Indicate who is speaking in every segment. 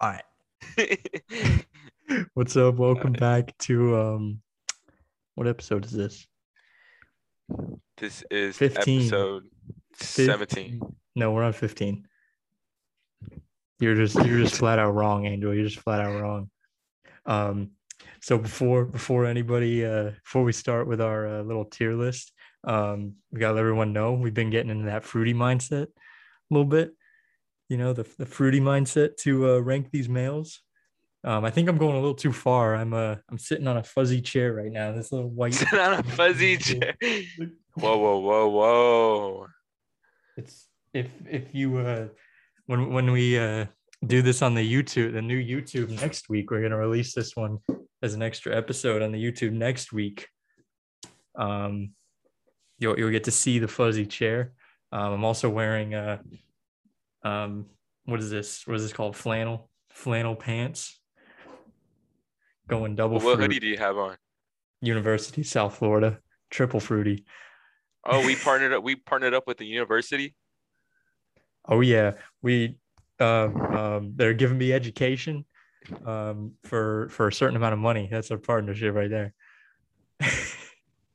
Speaker 1: All right. What's up? Welcome back to um what episode is this?
Speaker 2: This is
Speaker 1: 15.
Speaker 2: episode
Speaker 1: Fif-
Speaker 2: 17.
Speaker 1: No, we're on 15. You're just you're just flat out wrong, Angel. You're just flat out wrong. Um so before before anybody uh before we start with our uh, little tier list, um we got to let everyone know we've been getting into that fruity mindset a little bit. You know, the the fruity mindset to uh rank these males. Um I think I'm going a little too far. I'm uh I'm sitting on a fuzzy chair right now. This little white
Speaker 2: Sit on a fuzzy chair. Whoa, whoa, whoa, whoa.
Speaker 1: it's if if you uh when when we uh do this on the youtube the new youtube next week we're going to release this one as an extra episode on the youtube next week um you'll you'll get to see the fuzzy chair um i'm also wearing uh um what is this what is this called flannel flannel pants going double
Speaker 2: What
Speaker 1: fruit
Speaker 2: hoodie do you have on?
Speaker 1: university south florida triple fruity
Speaker 2: Oh, we partnered up. We partnered up with the university.
Speaker 1: Oh yeah, we um, um, they're giving me education um, for for a certain amount of money. That's a partnership right there.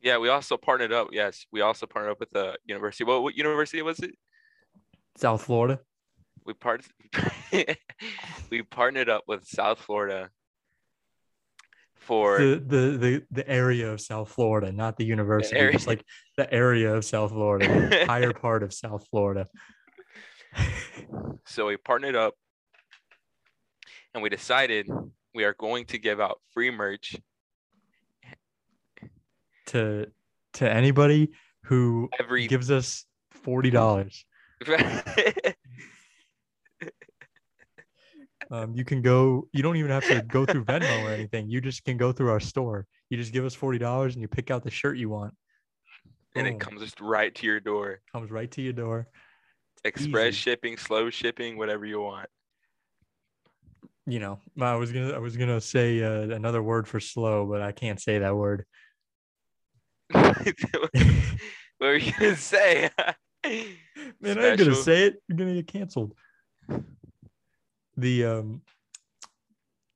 Speaker 2: Yeah, we also partnered up. Yes, we also partnered up with the university. What, what university was it?
Speaker 1: South Florida.
Speaker 2: We part- We partnered up with South Florida for
Speaker 1: The, the the the area of South Florida, not the university,
Speaker 2: area.
Speaker 1: just like the area of South Florida, the entire part of South Florida.
Speaker 2: So we partnered up and we decided we are going to give out free merch.
Speaker 1: To to anybody who
Speaker 2: Every
Speaker 1: gives us forty dollars. Um, you can go. You don't even have to go through Venmo or anything. You just can go through our store. You just give us forty dollars and you pick out the shirt you want.
Speaker 2: and
Speaker 1: Boom.
Speaker 2: it comes just right to your door.
Speaker 1: comes right to your door.
Speaker 2: Express
Speaker 1: Easy.
Speaker 2: shipping, slow shipping, whatever you want.
Speaker 1: You know, I was gonna I was gonna say uh, another word for slow, but I can't say that word.
Speaker 2: what were you gonna say?
Speaker 1: Man, I ain't gonna
Speaker 2: Special.
Speaker 1: say it. You're gonna get canceled. The um,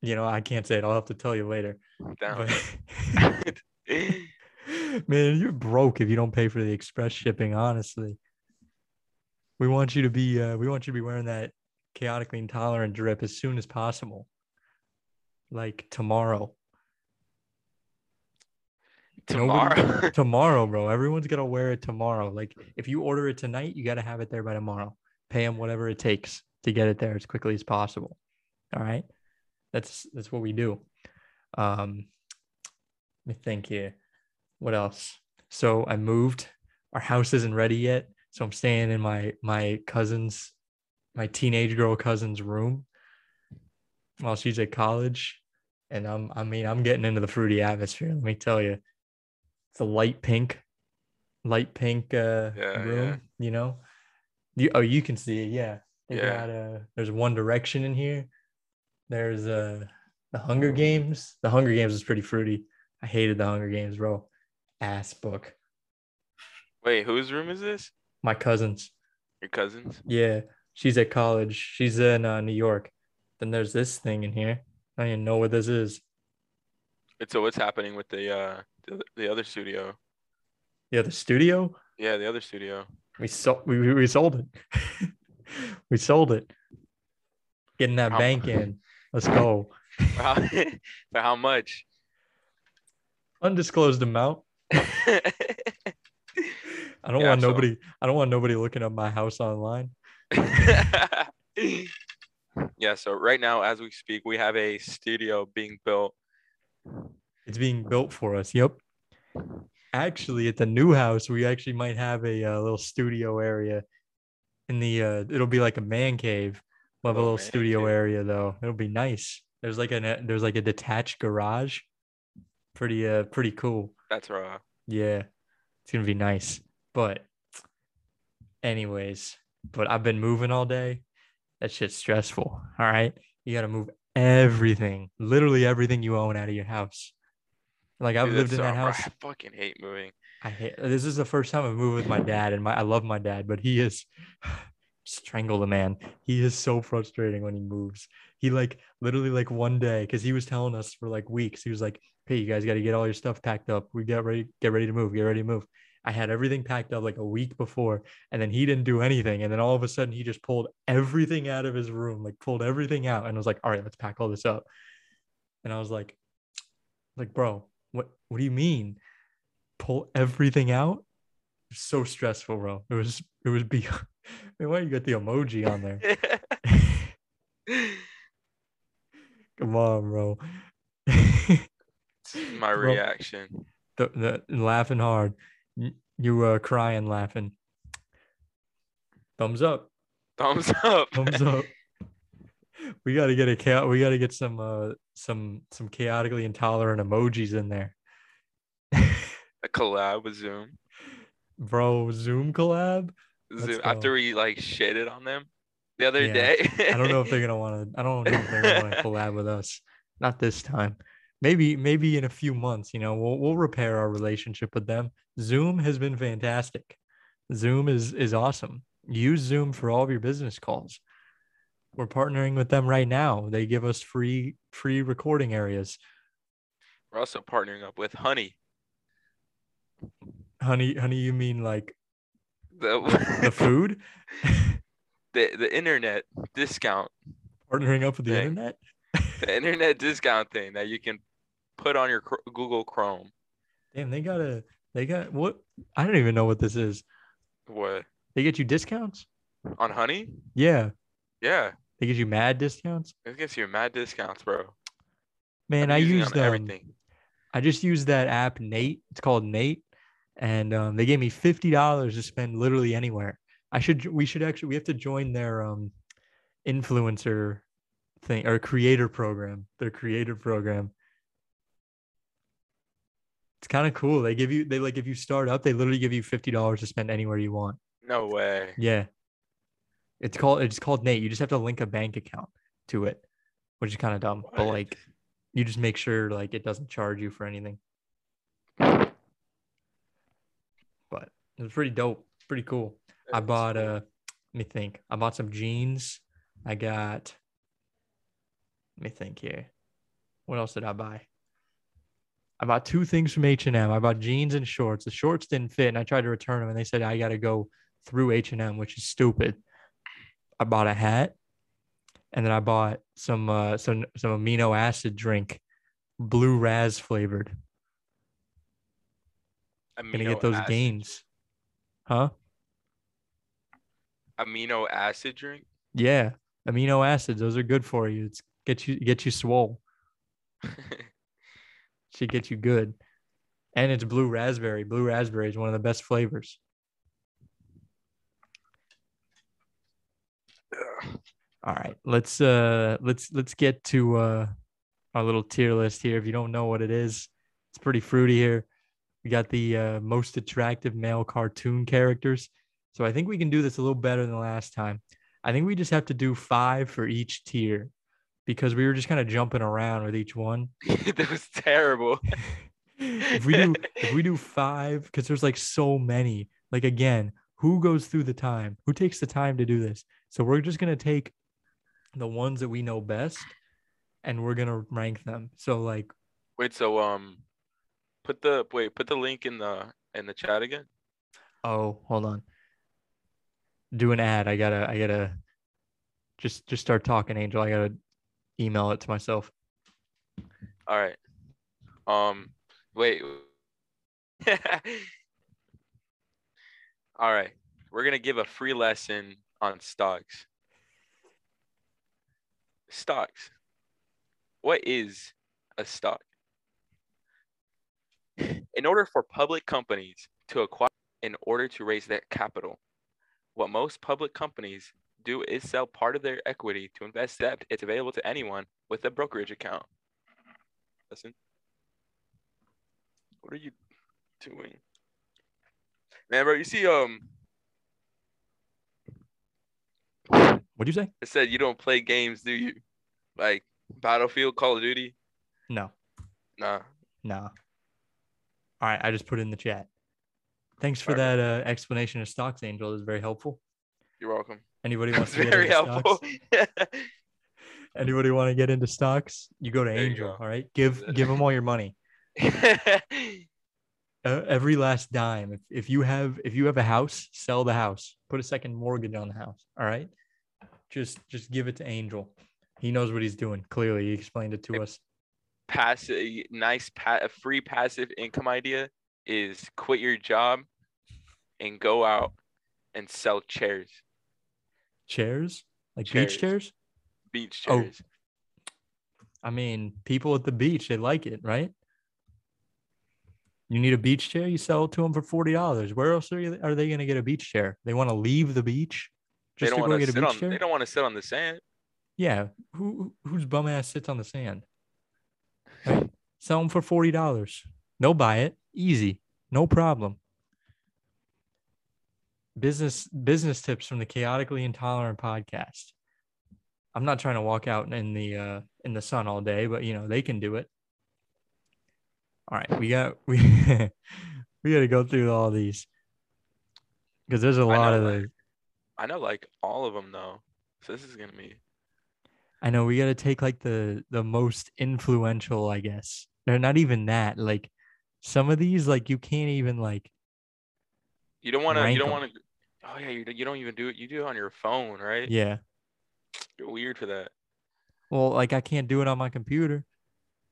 Speaker 1: you know, I can't say it. I'll have to tell you later.
Speaker 2: Down.
Speaker 1: But man, you're broke if you don't pay for the express shipping. Honestly, we want you to be uh, we want you to be wearing that chaotically intolerant drip as soon as possible, like tomorrow. Nobody-
Speaker 2: Tomorrow.
Speaker 1: tomorrow, bro. Everyone's gonna wear it tomorrow. Like if you order it tonight, you gotta have it there by tomorrow. Pay them whatever it takes to get it there as quickly as possible. All right, that's that's what we do. Um, let me think here. What else? So I moved. Our house isn't ready yet, so I'm staying in my my cousin's, my teenage girl cousin's room while she's at college. And I'm I mean I'm getting into the fruity atmosphere. Let me tell you, it's a light pink, light pink uh,
Speaker 2: Yeah,
Speaker 1: room.
Speaker 2: yeah.
Speaker 1: You know, you oh you can see it. Yeah, they
Speaker 2: Yeah.
Speaker 1: got uh, there's One Direction in here. There's uh the Hunger
Speaker 2: Oh.
Speaker 1: Games. The Hunger Games was pretty fruity. I hated the Hunger Games, bro. Ass book.
Speaker 2: Wait, whose room is this?
Speaker 1: My cousins.
Speaker 2: Your cousin's?
Speaker 1: Yeah, she's at college. She's in uh, New York. Then there's this thing in here. I don't even know what this is.
Speaker 2: And so what's happening with the uh the, the other studio?
Speaker 1: Yeah, the studio.
Speaker 2: Yeah, the other studio.
Speaker 1: We sold. We, we- we sold it. we sold it. Getting that
Speaker 2: How-
Speaker 1: bank in. Let's go.
Speaker 2: For how, for how much?
Speaker 1: Undisclosed amount. I don't
Speaker 2: Yeah,
Speaker 1: want
Speaker 2: so-
Speaker 1: nobody. I don't want nobody looking up my house online.
Speaker 2: yeah, so right now, as we speak, we have a studio being built.
Speaker 1: It's being built for us. Yep. Actually, at the new house, we actually might have a, uh little studio area in the. Uh, it'll be like a man cave. We'll have a
Speaker 2: Oh,
Speaker 1: little
Speaker 2: man
Speaker 1: studio
Speaker 2: cave.
Speaker 1: area though. It'll be nice. There's like an. uh, There's like a detached garage. Pretty uh, pretty cool.
Speaker 2: That's raw.
Speaker 1: Yeah, it's gonna be nice. But, anyways, but I've been moving all day. That shit's stressful. All right, you gotta move everything, literally everything you own out of your house. Like I've
Speaker 2: Dude,
Speaker 1: lived in
Speaker 2: that's
Speaker 1: that
Speaker 2: raw.
Speaker 1: house.
Speaker 2: I fucking hate moving.
Speaker 1: I hate. This is the first time I've moved with my dad, and my I love my dad, but he is strangle the man. He is so frustrating when he moves. He like literally like one day because he was telling us for like weeks. He was like, "Hey, you guys got to get all your stuff packed up. We got ready, get ready to move, get ready to move." I had everything packed up like a week before, and then he didn't do anything. And then all of a sudden, he just pulled everything out of his room, like pulled everything out, and was like, "All right, let's pack all this up." And I was like, "Like, bro, what? What do you mean? Pull everything out? It's so stressful, bro. It was, it was be. Man, why you got the emoji on there? Come on, bro.
Speaker 2: My
Speaker 1: Bro.
Speaker 2: reaction.
Speaker 1: the, the laughing hard. N- You were crying, laughing. Thumbs up.
Speaker 2: Thumbs up.
Speaker 1: Thumbs up. We got to get a cha- we got to get some uh some some chaotically intolerant emojis in there.
Speaker 2: A collab with Zoom.
Speaker 1: Bro, Zoom collab? Let's
Speaker 2: Zoom.
Speaker 1: go.
Speaker 2: After we like shitted on them the other
Speaker 1: Yeah.
Speaker 2: day.
Speaker 1: I don't know if they're going to want to I don't know if they're going to want to collab with us. Not this time. Maybe maybe in a few months, you know, we'll we'll repair our relationship with them. Zoom has been fantastic. Zoom is is awesome. Use Zoom for all of your business calls. We're partnering with them right now. They give us free free recording areas.
Speaker 2: We're also partnering up with Honey.
Speaker 1: Honey, honey, you mean like the
Speaker 2: The
Speaker 1: food?
Speaker 2: the, the internet discount.
Speaker 1: Partnering up with the
Speaker 2: Dang.
Speaker 1: internet?
Speaker 2: The internet discount thing that you can put on your Chr- Google Chrome.
Speaker 1: Damn, they got a they got what I don't even know what this is.
Speaker 2: What?
Speaker 1: They get you discounts?
Speaker 2: On Honey?
Speaker 1: Yeah.
Speaker 2: Yeah.
Speaker 1: They get you mad discounts?
Speaker 2: It gives you mad discounts, bro.
Speaker 1: Man, I
Speaker 2: I'm using it
Speaker 1: used
Speaker 2: on
Speaker 1: um,
Speaker 2: everything.
Speaker 1: I just used that app Nate. It's called Nate, and um, they gave me fifty dollars to spend literally anywhere. I should we should actually we have to join their um, influencer thing or creator program. Their creator program. It's kind of cool. They give you they like if you start up, they literally give you fifty dollars to spend anywhere you want.
Speaker 2: No way.
Speaker 1: Yeah. It's called it's called Nate. You just have to link a bank account to it, which is kind of dumb. But
Speaker 2: What?
Speaker 1: like you just make sure like it doesn't charge you for anything. But it was pretty dope. Pretty cool. I
Speaker 2: That's
Speaker 1: bought
Speaker 2: cool.
Speaker 1: uh let me think. I bought some jeans. I got let me think here. What else did I buy? I bought two things from H and M. I bought jeans and shorts. The shorts didn't fit, and I tried to return them, and they said I got to go through H and M, which is stupid. I bought a hat, and then I bought some uh, some some amino acid drink, blue raz flavored. Gonna
Speaker 2: amino
Speaker 1: get those
Speaker 2: acid-
Speaker 1: gains, huh?
Speaker 2: Amino acid drink?
Speaker 1: Yeah, amino acids. Those are good for you. It's get you get you swole. Should get you good. And it's blue raspberry. Blue raspberry is one of the best flavors. All right, let's uh let's let's get to uh our little tier list here. If you don't know what it is, it's pretty fruity here. We got the uh, most attractive male cartoon characters. So I think we can do this a little better than last time. I think we just have to do five for each tier because we were just kind of jumping around with each one.
Speaker 2: that was terrible.
Speaker 1: if we do if we do five because there's like so many like again who goes through the time who takes the time to do this so we're just going to take the ones that we know best and we're going to rank them so like
Speaker 2: Wait, so um, put the wait, put the link in the in the chat again.
Speaker 1: oh hold on do an ad i gotta i gotta just just start talking angel i gotta email it to myself
Speaker 2: All right. Um, wait. All right, we're gonna give a free lesson on stocks. Stocks. What is a stock? In order for public companies to acquire, in order to raise their capital, what most public companies do is sell part of their equity to invest that it's available to anyone with a brokerage account. Listen. What are you doing? Man, bro, you see, um,
Speaker 1: what'd you say
Speaker 2: it said you don't play games, do you? Like Battlefield, Call of Duty?
Speaker 1: no
Speaker 2: Nah.
Speaker 1: Nah. All right, I just put it in the chat. Thanks for
Speaker 2: Sorry,
Speaker 1: that uh, explanation of stocks, Angel. It was very helpful.
Speaker 2: You're welcome.
Speaker 1: Anybody wants
Speaker 2: That's
Speaker 1: to get into
Speaker 2: very helpful.
Speaker 1: stocks? Anybody want to get into stocks? You go to
Speaker 2: There you
Speaker 1: Angel.
Speaker 2: go.
Speaker 1: All right, give give them all your money. Uh, every last dime. If, if you have if you have a house, sell the house. Put a second mortgage on the house. All right, just just give it to Angel. He knows what he's doing. Clearly, he explained it to
Speaker 2: Yep.
Speaker 1: us.
Speaker 2: passive, nice, pa- a free passive income idea is quit your job and go out and sell chairs,
Speaker 1: Chairs, like beach
Speaker 2: Chairs.
Speaker 1: chairs.
Speaker 2: beach
Speaker 1: Oh,
Speaker 2: chairs.
Speaker 1: I mean, people at the beach they like it, right? You need a beach chair. You sell it to them for forty dollars. Where else are, you, are they going to get a beach chair? They want to leave the beach
Speaker 2: they
Speaker 1: just
Speaker 2: don't
Speaker 1: to go
Speaker 2: want
Speaker 1: get
Speaker 2: to
Speaker 1: a
Speaker 2: sit
Speaker 1: beach
Speaker 2: on.
Speaker 1: chair.
Speaker 2: They don't want to sit on the sand.
Speaker 1: Yeah, who who- whose bum ass sits on the sand? Right? Sell them for forty dollars. No buy it. Easy. No problem. Business business tips from the chaotically intolerant podcast. I'm not trying to walk out in the uh, in the sun all day, but you know they can do it. All right, we got we we got to go through all these because there's a lot
Speaker 2: know,
Speaker 1: of
Speaker 2: like-
Speaker 1: the.
Speaker 2: I know like all of them though. So this is gonna be
Speaker 1: I know we got to take like the the most influential, I guess. They're not even that. Like some of these, like you can't even like.
Speaker 2: you don't want to you
Speaker 1: Rank
Speaker 2: don't
Speaker 1: 'em.
Speaker 2: want to oh yeah you, you don't even do it you do it on your phone right
Speaker 1: Yeah.
Speaker 2: you're weird for that
Speaker 1: Well, like I can't do it on my computer.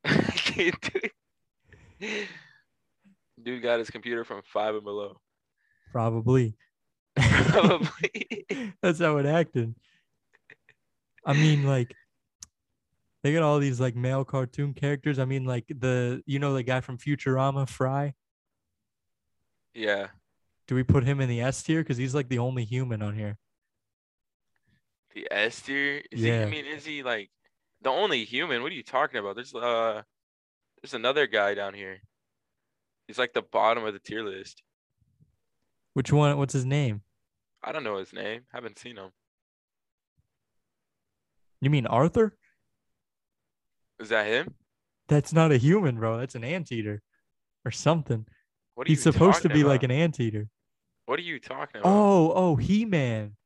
Speaker 2: Can't do it. dude got his computer from five and below
Speaker 1: Probably.
Speaker 2: probably
Speaker 1: That's how it acted. I mean, like they got all these like male cartoon characters. I mean, like the you know the guy from Futurama, Fry.
Speaker 2: yeah
Speaker 1: Do we put him in the S tier? Because he's like the only human on here.
Speaker 2: the S tier is he
Speaker 1: Yeah.
Speaker 2: I mean is he like the only human what are you talking about there's uh there's another guy down here he's like the bottom of the tier list
Speaker 1: Which one? What's his name?
Speaker 2: I don't know his name haven't seen him
Speaker 1: You mean Arthur?
Speaker 2: is that him
Speaker 1: That's not a human, bro. That's an anteater or something.
Speaker 2: what are
Speaker 1: He's
Speaker 2: you
Speaker 1: supposed to
Speaker 2: talking
Speaker 1: be like
Speaker 2: about?
Speaker 1: an anteater.
Speaker 2: what are you talking about
Speaker 1: Oh, oh, He Man.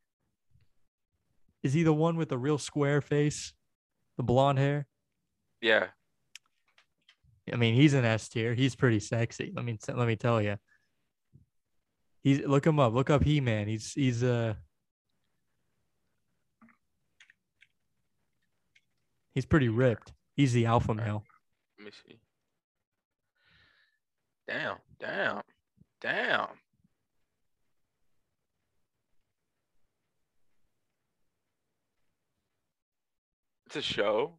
Speaker 1: Is he the one with the real square face, the blonde hair?
Speaker 2: yeah
Speaker 1: I mean, he's an S tier. He's pretty sexy. Let me let me tell you. He's look him up. Look up He Man. He's he's uh he's pretty ripped. He's the alpha
Speaker 2: Alright.
Speaker 1: male.
Speaker 2: Let me see. Damn, damn, damn. It's a show.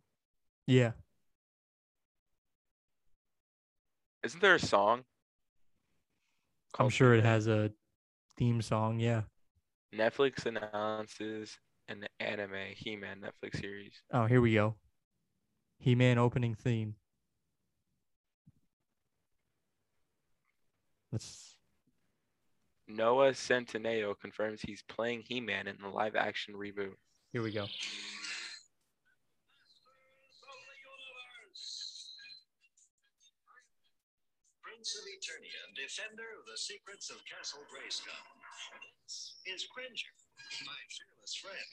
Speaker 1: Yeah.
Speaker 2: Isn't there a song?
Speaker 1: I'm
Speaker 2: called
Speaker 1: sure it
Speaker 2: He-Man?
Speaker 1: has a theme song. Yeah.
Speaker 2: Netflix announces an anime He-Man Netflix series.
Speaker 1: Oh, here we go. He Man opening theme. Let's.
Speaker 2: Noah Centineo confirms he's playing He-Man in the live-action reboot.
Speaker 1: Here we go.
Speaker 3: Prince of Eternia, defender of the secrets of Castle Grayskull. This is Cringer, my fearless friend.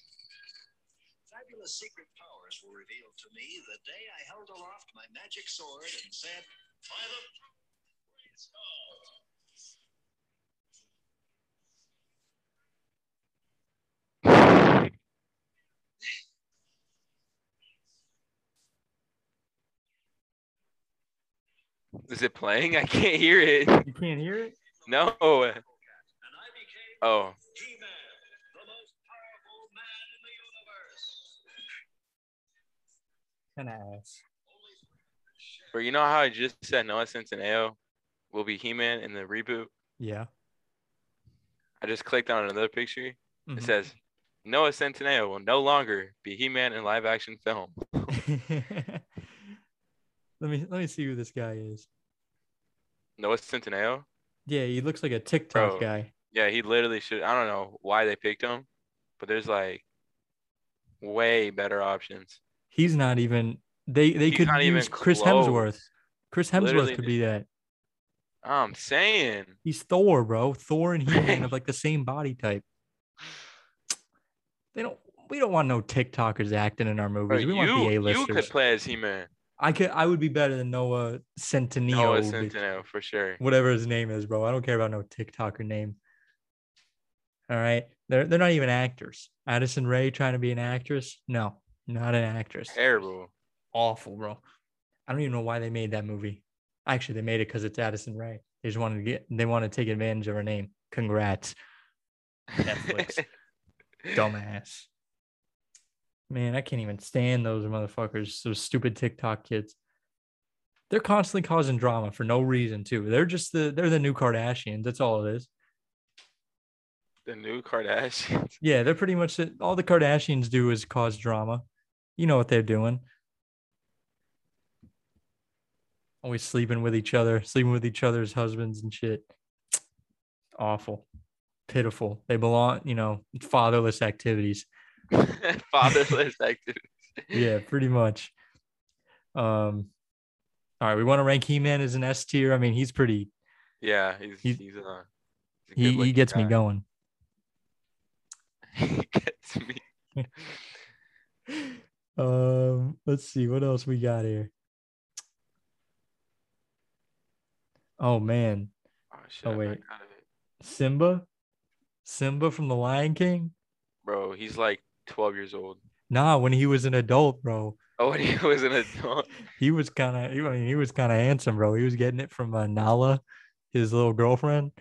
Speaker 3: Fabulous secret powers were revealed to me the day I held aloft my magic sword and said, By the power of Grayskull."
Speaker 2: Is it playing? I can't hear it.
Speaker 1: You can't hear it?
Speaker 2: No.
Speaker 3: And I became
Speaker 2: Oh.
Speaker 3: He-Man, the most powerful man in the universe.
Speaker 1: Can I
Speaker 3: Only
Speaker 2: But you know how I just said Noah Centineo will be He-Man in the reboot?
Speaker 1: Yeah.
Speaker 2: I just clicked on another picture. It
Speaker 1: mhm.
Speaker 2: says Noah Centineo will no longer be He-Man in live action film.
Speaker 1: let me let me see who this guy is.
Speaker 2: Noah Centineo?
Speaker 1: Yeah, he looks like a TikTok
Speaker 2: Bro.
Speaker 1: guy.
Speaker 2: Yeah, he literally should I don't know why they picked him, but there's like way better options.
Speaker 1: He's not even. They they
Speaker 2: He's
Speaker 1: could
Speaker 2: not even
Speaker 1: use Chris
Speaker 2: close.
Speaker 1: Hemsworth. Chris Hemsworth
Speaker 2: Literally,
Speaker 1: could
Speaker 2: dude.
Speaker 1: be that.
Speaker 2: I'm saying
Speaker 1: He's Thor, bro. Thor and He Man have like the same body type. They don't. We don't want no TikTokers acting in our
Speaker 2: Bro,
Speaker 1: movies. We want the
Speaker 2: you, you could
Speaker 1: A-listers.
Speaker 2: play as He-Man.
Speaker 1: I could. I would be better than Noah Centineo,
Speaker 2: Noah
Speaker 1: bitch.
Speaker 2: Centineo, for sure.
Speaker 1: whatever his name is, bro. I don't care about no TikToker name. All right, they're they're not even actors. Addison Ray trying to be an actress? No, not an actress.
Speaker 2: Terrible.
Speaker 1: Awful, bro. I don't even know why they made that movie. Actually, they made it because it's Addison Ray. They just wanted to get. They want to take advantage of her name. Congrats, Netflix. dumbass. Man, I can't even stand those motherfuckers, those stupid TikTok kids. They're constantly causing drama for no reason, too. They're just the they're the new Kardashians. That's all it is.
Speaker 2: the new Kardashians.
Speaker 1: Yeah, they're pretty much it. all the Kardashians do is cause drama. You know what they're doing. Always sleeping with each other, sleeping with each other's husbands and shit. Awful. Pitiful. They belong, you know, fatherless activities.
Speaker 2: Fatherless activities.
Speaker 1: yeah, pretty much. Um, all right, we want to rank He Man as an S tier. I mean, he's pretty.
Speaker 2: Yeah, he's
Speaker 1: He's-
Speaker 2: he's, a, he's a
Speaker 1: He, he
Speaker 2: good-looking
Speaker 1: gets me
Speaker 2: guy.
Speaker 1: going.
Speaker 2: he gets me.
Speaker 1: Um, let's see what else we got here. Oh man,
Speaker 2: Oh shit!
Speaker 1: Oh,
Speaker 2: I'm not
Speaker 1: wait.
Speaker 2: out of it.
Speaker 1: Simba, Simba from the Lion King.
Speaker 2: bro, he's like 12 years old.
Speaker 1: Nah, when he was an adult, bro,
Speaker 2: Oh, when he was an adult.
Speaker 1: he was kind of. I mean, he was kind of handsome, bro. He was getting it from uh, Nala, his little girlfriend.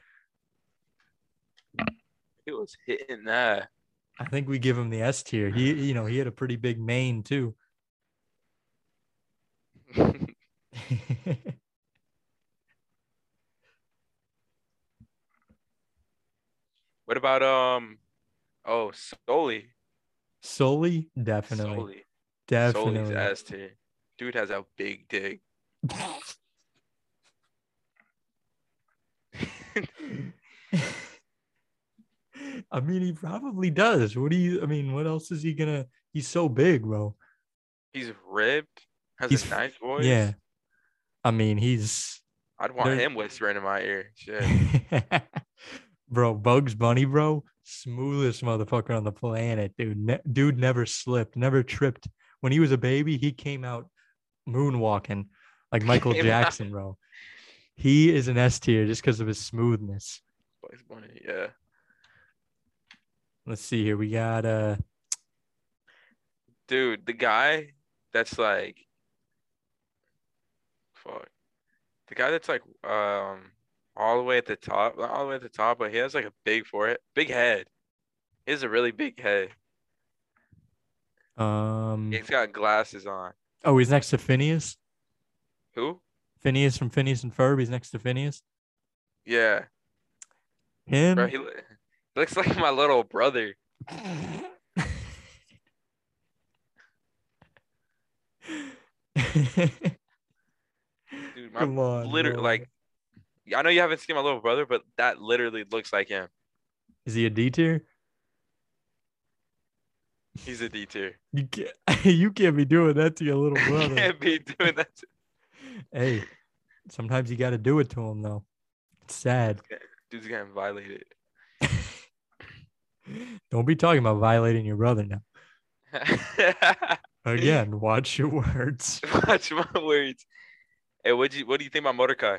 Speaker 2: He was hitting that.
Speaker 1: I think we give him the S tier. He, you know, he had a pretty big mane too.
Speaker 2: what about um? Oh, Soli.
Speaker 1: Sully, definitely,
Speaker 2: Soli. Soli's
Speaker 1: definitely.
Speaker 2: ass tier. Dude has a big dick.
Speaker 1: I mean, he probably does. What do you? I mean, what else is he gonna? He's so big, bro.
Speaker 2: He's ripped. Has
Speaker 1: He's
Speaker 2: a
Speaker 1: f-
Speaker 2: nice voice.
Speaker 1: Yeah. I mean, he's
Speaker 2: I'd want
Speaker 1: There-
Speaker 2: him whispering in my ear. Shit.
Speaker 1: bro, Bugs Bunny, bro, smoothest motherfucker on the planet, dude. Ne- dude never slipped, never tripped. When he was a baby, he came out moonwalking like Michael
Speaker 2: Came out.
Speaker 1: Jackson, bro. He is an S tier just because of his smoothness.
Speaker 2: Bugs Bunny, Yeah.
Speaker 1: Let's see here. We got uh
Speaker 2: Dude, the guy that's like fuck. The guy that's like um all the way at the top, not all the way at the top, but he has like a big forehead, big head. He has a really big head.
Speaker 1: um
Speaker 2: He's got glasses on.
Speaker 1: oh he's next to Phineas.
Speaker 2: Who?
Speaker 1: Phineas from Phineas and Ferb. He's next to Phineas.
Speaker 2: Yeah.
Speaker 1: Him
Speaker 2: Bro, he lo- looks like my little brother. Dude, my
Speaker 1: Come on,
Speaker 2: literally
Speaker 1: bro.
Speaker 2: like I know you haven't seen my little brother, but that literally looks like him.
Speaker 1: Is he a D tier?
Speaker 2: He's a D tier.
Speaker 1: You can't, you can't be doing that to your little brother.
Speaker 2: Can't be doing that. to-
Speaker 1: hey, sometimes you got to do it to him, though. It's sad.
Speaker 2: Dude's getting violated.
Speaker 1: Don't be talking about violating your brother now. Again, watch your words.
Speaker 2: Watch my words. Hey, what you what do you think about Mordecai?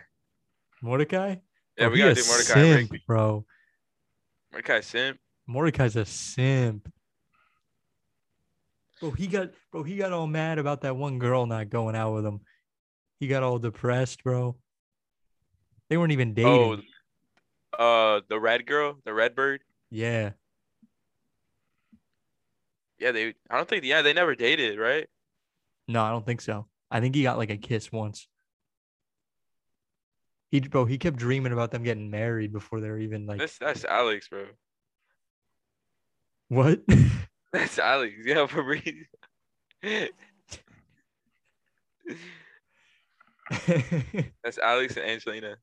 Speaker 1: Mordecai?
Speaker 2: Yeah,
Speaker 1: Oh,
Speaker 2: we
Speaker 1: he
Speaker 2: gotta
Speaker 1: a
Speaker 2: do Mordecai. and
Speaker 1: Simp,
Speaker 2: Rigby.
Speaker 1: bro.
Speaker 2: Mordecai simp.
Speaker 1: Mordecai's a simp. Bro, he got bro, he got all mad about that one girl not going out with him. He got all depressed, bro. They weren't even dating.
Speaker 2: Oh, uh, the red girl, the red bird.
Speaker 1: yeah.
Speaker 2: Yeah, they. I don't think. Yeah, they never dated, right?
Speaker 1: No, I don't think so. I think he got like a kiss once. He bro, he kept dreaming about them getting married before they were even like
Speaker 2: That's that's Alex, bro.
Speaker 1: what?
Speaker 2: That's Alex. Yeah, for real. That's Alex and Angelina.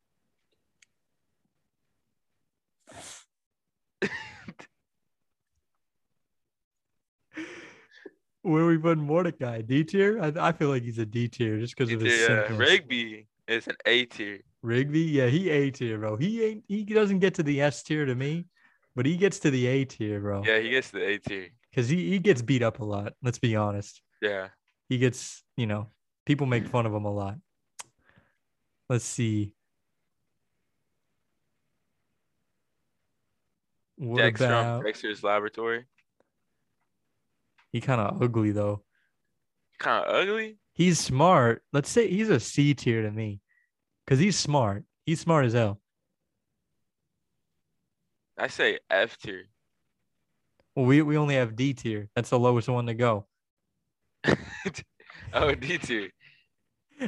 Speaker 1: Where we putting Mordecai? D tier? I, I feel like he's a D tier just because of his
Speaker 2: Yeah,
Speaker 1: simpness.
Speaker 2: uh, Rigby is an A tier.
Speaker 1: Rigby, yeah, he A tier, bro. He ain't he doesn't get to the S tier to me, but he gets to the A tier, bro.
Speaker 2: Yeah, he gets the A tier.
Speaker 1: because he, he gets beat up a lot. Let's be honest.
Speaker 2: Yeah.
Speaker 1: He gets, you know, people make fun of him a lot. Let's see. What
Speaker 2: Dex
Speaker 1: about
Speaker 2: from Dexter's Laboratory.
Speaker 1: he kind of ugly though.
Speaker 2: Kind of ugly.
Speaker 1: He's smart. Let's say he's a C tier to me, because he's smart. He's smart as hell.
Speaker 2: I say F tier.
Speaker 1: Well, we we only have D tier. That's the lowest one to go.
Speaker 2: oh, D tier.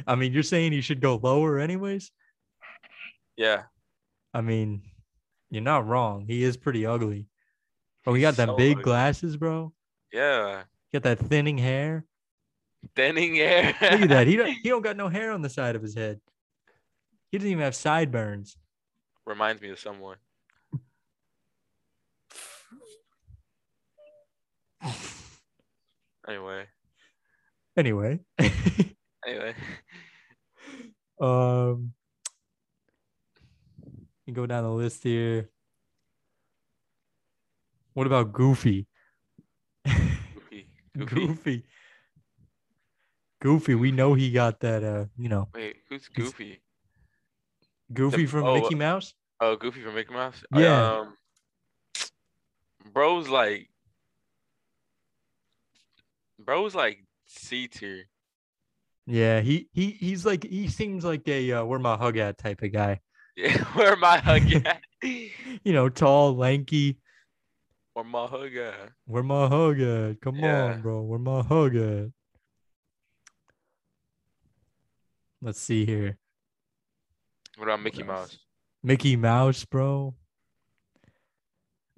Speaker 1: I mean, you're saying you should go lower anyways.
Speaker 2: Yeah.
Speaker 1: I mean, you're not wrong. He is pretty ugly. But we got
Speaker 2: He's
Speaker 1: them
Speaker 2: so
Speaker 1: big
Speaker 2: ugly.
Speaker 1: glasses, bro.
Speaker 2: Yeah.
Speaker 1: Got that thinning hair.
Speaker 2: Thinning hair.
Speaker 1: Look at that. He don't, he don't got no hair on the side of his head. He doesn't even have sideburns.
Speaker 2: Reminds me of someone. Anyway.
Speaker 1: Anyway,
Speaker 2: Anyway.
Speaker 1: um, you go down the list here. What about Goofy?
Speaker 2: Goofy. Goofy.
Speaker 1: Goofy. Goofy, we know he got that uh, you know,
Speaker 2: Wait, who's
Speaker 1: He's-
Speaker 2: Goofy?
Speaker 1: Goofy from
Speaker 2: oh,
Speaker 1: Mickey Mouse.
Speaker 2: Oh, Goofy from Mickey Mouse.
Speaker 1: Yeah.
Speaker 2: Um, bro's like, bro's like C tier.
Speaker 1: Yeah, he he he's like he seems like a uh, where my hug at type of guy.
Speaker 2: Yeah, where my hug at?
Speaker 1: You know, tall, lanky.
Speaker 2: Where my hug at?
Speaker 1: Where my hug at? Come
Speaker 2: Yeah.
Speaker 1: on, bro. Where my hug at? Let's see here.
Speaker 2: What about Mickey
Speaker 1: else?
Speaker 2: Mouse?
Speaker 1: Mickey Mouse, bro.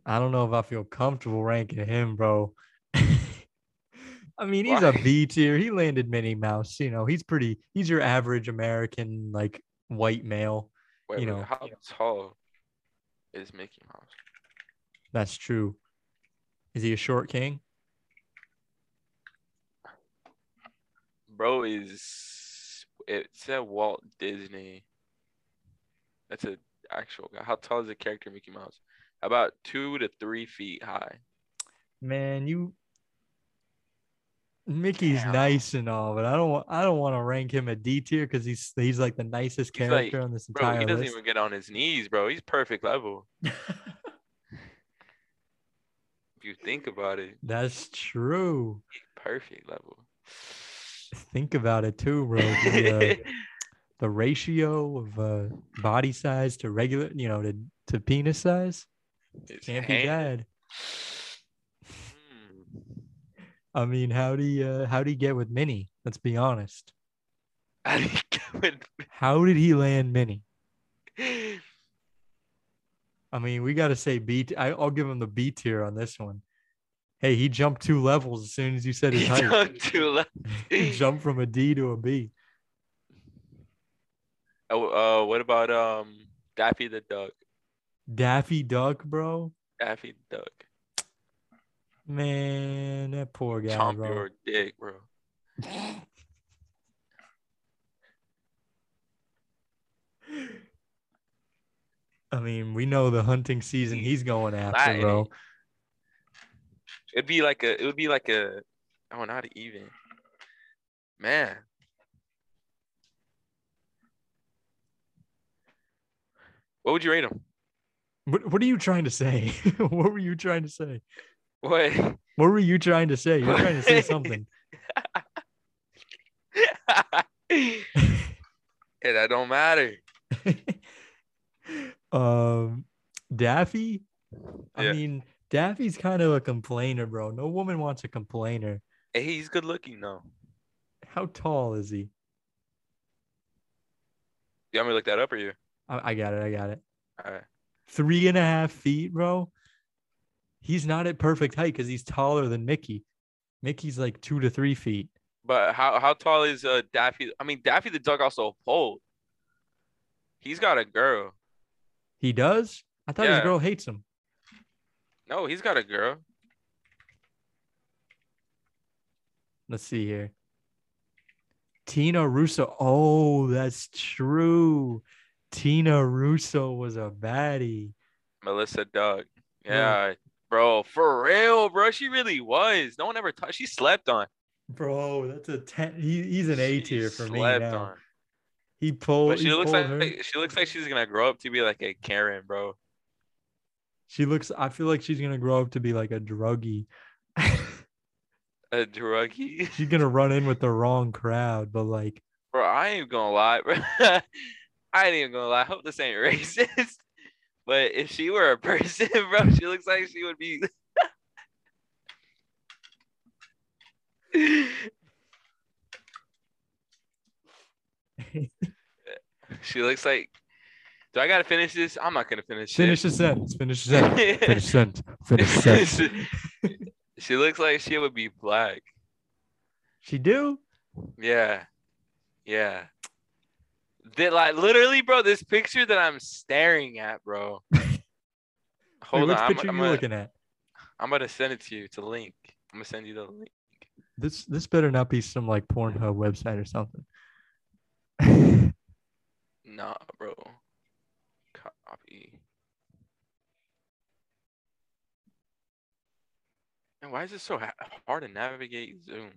Speaker 1: I don't know if I feel comfortable ranking him, bro. I mean, he's a
Speaker 2: Why?
Speaker 1: B tier. He landed Minnie Mouse. You know, he's pretty. He's your average American, like white male.
Speaker 2: Wait,
Speaker 1: you
Speaker 2: wait,
Speaker 1: know.
Speaker 2: how tall is Mickey Mouse?
Speaker 1: That's true. Is he a short king?
Speaker 2: Bro is it said Walt Disney. That's an actual guy. How tall is the character Mickey Mouse? About two to three feet high.
Speaker 1: Man, you. Mickey's
Speaker 2: Damn.
Speaker 1: nice and all, but I don't. wa- I don't want to rank him a D tier because he's he's like the nicest
Speaker 2: He's
Speaker 1: character
Speaker 2: like-
Speaker 1: on this
Speaker 2: Bro,
Speaker 1: entire
Speaker 2: he doesn't
Speaker 1: list.
Speaker 2: even get on his knees, bro. He's perfect level. If you think about it,
Speaker 1: That's true.
Speaker 2: he's perfect level.
Speaker 1: Think about it too, bro. The, uh, the ratio of uh, body size to regular, you know, to, to penis size
Speaker 2: His
Speaker 1: can't be
Speaker 2: hand-
Speaker 1: bad.
Speaker 2: Hmm.
Speaker 1: I mean, how do you uh, how do you get with Minnie? Let's be honest.
Speaker 2: I think I would-
Speaker 1: How did he land Minnie? I mean, we got to say B. T- I, I'll give him the B tier on this one. Hey, he jumped two levels as soon as you said his
Speaker 2: He
Speaker 1: height.
Speaker 2: jumped too low.
Speaker 1: he jumped from a D to a B.
Speaker 2: Oh, uh, what about um Daffy the Duck?
Speaker 1: Daffy Duck, bro.
Speaker 2: Daffy the Duck.
Speaker 1: Man, that poor guy,
Speaker 2: Chomp
Speaker 1: bro.
Speaker 2: your dick, bro.
Speaker 1: I mean, we know the hunting season he's going after,
Speaker 2: Lightning.
Speaker 1: bro.
Speaker 2: It'd be like a. It would be like a. Oh, not even. Man. What would you rate him?
Speaker 1: What, what are you trying to say? what were you trying to say?
Speaker 2: What?
Speaker 1: What were you trying to say? You're trying to say something.
Speaker 2: it that don't matter.
Speaker 1: um, Daffy. I
Speaker 2: Yeah.
Speaker 1: mean, Daffy's kind of a complainer, bro. No woman wants a complainer.
Speaker 2: Hey, he's good looking though.
Speaker 1: How tall is he?
Speaker 2: You want me to look that up or you?
Speaker 1: I, I got it. I got it.
Speaker 2: All right.
Speaker 1: Three and a half feet, bro. He's not at perfect height because he's taller than Mickey. Mickey's like two to three feet.
Speaker 2: But how how tall is uh Daffy? I mean Daffy the Duck also pole. He's got a girl.
Speaker 1: He does? I thought his
Speaker 2: Yeah.
Speaker 1: girl hates him.
Speaker 2: No, he's got a girl.
Speaker 1: Let's see here. Tina Russo. Oh, that's true. Tina Russo was a baddie.
Speaker 2: Melissa Doug.
Speaker 1: Yeah.
Speaker 2: Yeah. Bro, for real, bro. She really was. No one ever touched. She slept on.
Speaker 1: Bro, that's a ten. He, he's an A
Speaker 2: She
Speaker 1: tier for me
Speaker 2: slept
Speaker 1: now.
Speaker 2: on.
Speaker 1: He pulled.
Speaker 2: But she
Speaker 1: he
Speaker 2: looks
Speaker 1: pulled
Speaker 2: like
Speaker 1: her.
Speaker 2: she looks like she's gonna grow up to be like a Karen, bro.
Speaker 1: She looks. I feel like she's gonna grow up to be like a druggie.
Speaker 2: A druggie.
Speaker 1: she's gonna run in with the wrong crowd, but like,
Speaker 2: Bro, I ain't even gonna lie, bro. I ain't even gonna lie. I hope this ain't racist. But if she were a person, bro, she looks like she would be. she looks like. Do I gotta finish this? I'm not gonna finish,
Speaker 1: finish the sentence. Finish the sentence.
Speaker 2: it.
Speaker 1: Finish the sentence. Finish the sentence.
Speaker 2: she looks like she would be black.
Speaker 1: She do.
Speaker 2: Yeah. Yeah. That like literally, bro, this picture that I'm staring at, bro.
Speaker 1: Wait,
Speaker 2: Hold
Speaker 1: which
Speaker 2: on. I'm,
Speaker 1: picture
Speaker 2: I'm
Speaker 1: you
Speaker 2: gonna,
Speaker 1: looking at?
Speaker 2: I'm gonna send it to you. It's a link. I'm gonna send you the link.
Speaker 1: This this better not be some like Pornhub website or something.
Speaker 2: Nah, bro. Copy. And why is it so ha- hard to navigate Zoom?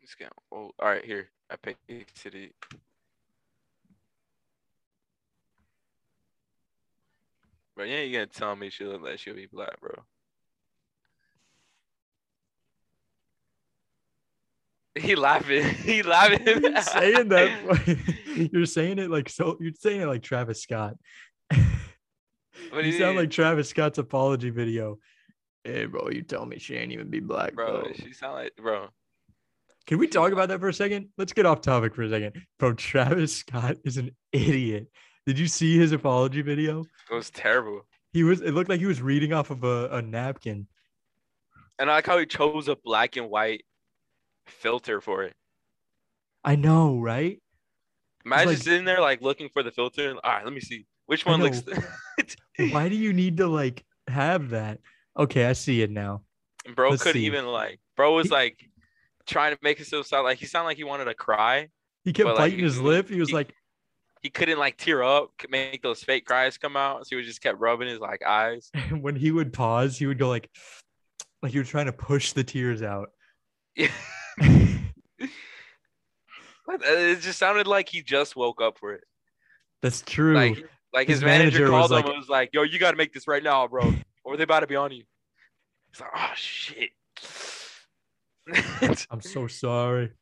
Speaker 2: It's getting old. All right, here. I picked it. Bro, you ain't gonna tell me she look like she'll be black, bro. He laughing. He laughing.
Speaker 1: you're saying that. you're saying it like so. You're saying it like Travis Scott.
Speaker 2: What do
Speaker 1: you
Speaker 2: you
Speaker 1: sound
Speaker 2: mean?
Speaker 1: like Travis Scott's apology video. Hey, bro, you tell me she ain't even be black, bro.
Speaker 2: bro. She sound like bro.
Speaker 1: Can we talk about that for a second? Let's get off topic for a second. Bro, Travis Scott is an idiot. Did you see his apology video?
Speaker 2: It was terrible.
Speaker 1: He was. It looked like he was reading off of a, a napkin.
Speaker 2: And I like how he chose a black and white filter for it.
Speaker 1: I know, right?
Speaker 2: Imagine
Speaker 1: like-
Speaker 2: sitting there like looking for the filter. and, All right, let me see which
Speaker 1: I
Speaker 2: one looks.
Speaker 1: Why do you need to like have that? Okay, I see it now.
Speaker 2: And bro
Speaker 1: Let's
Speaker 2: couldn't
Speaker 1: see.
Speaker 2: even like. Bro was
Speaker 1: He-
Speaker 2: like trying to make himself sound like he sounded like he wanted to cry.
Speaker 1: He kept
Speaker 2: Well, like,
Speaker 1: biting his
Speaker 2: he-
Speaker 1: lip. He was
Speaker 2: he-
Speaker 1: like,
Speaker 2: He couldn't like tear up, could make those fake cries come out. So he just kept rubbing his like eyes.
Speaker 1: when he would pause, he would go like, like you were trying to push the tears out.
Speaker 2: But It just sounded like he just woke up for it.
Speaker 1: That's true.
Speaker 2: Like, like his,
Speaker 1: His
Speaker 2: manager,
Speaker 1: manager was
Speaker 2: called him
Speaker 1: like-
Speaker 2: and was like, "Yo, you got to make this right now, bro, or they about to be on you." He's like, "Oh shit,
Speaker 1: I'm so sorry.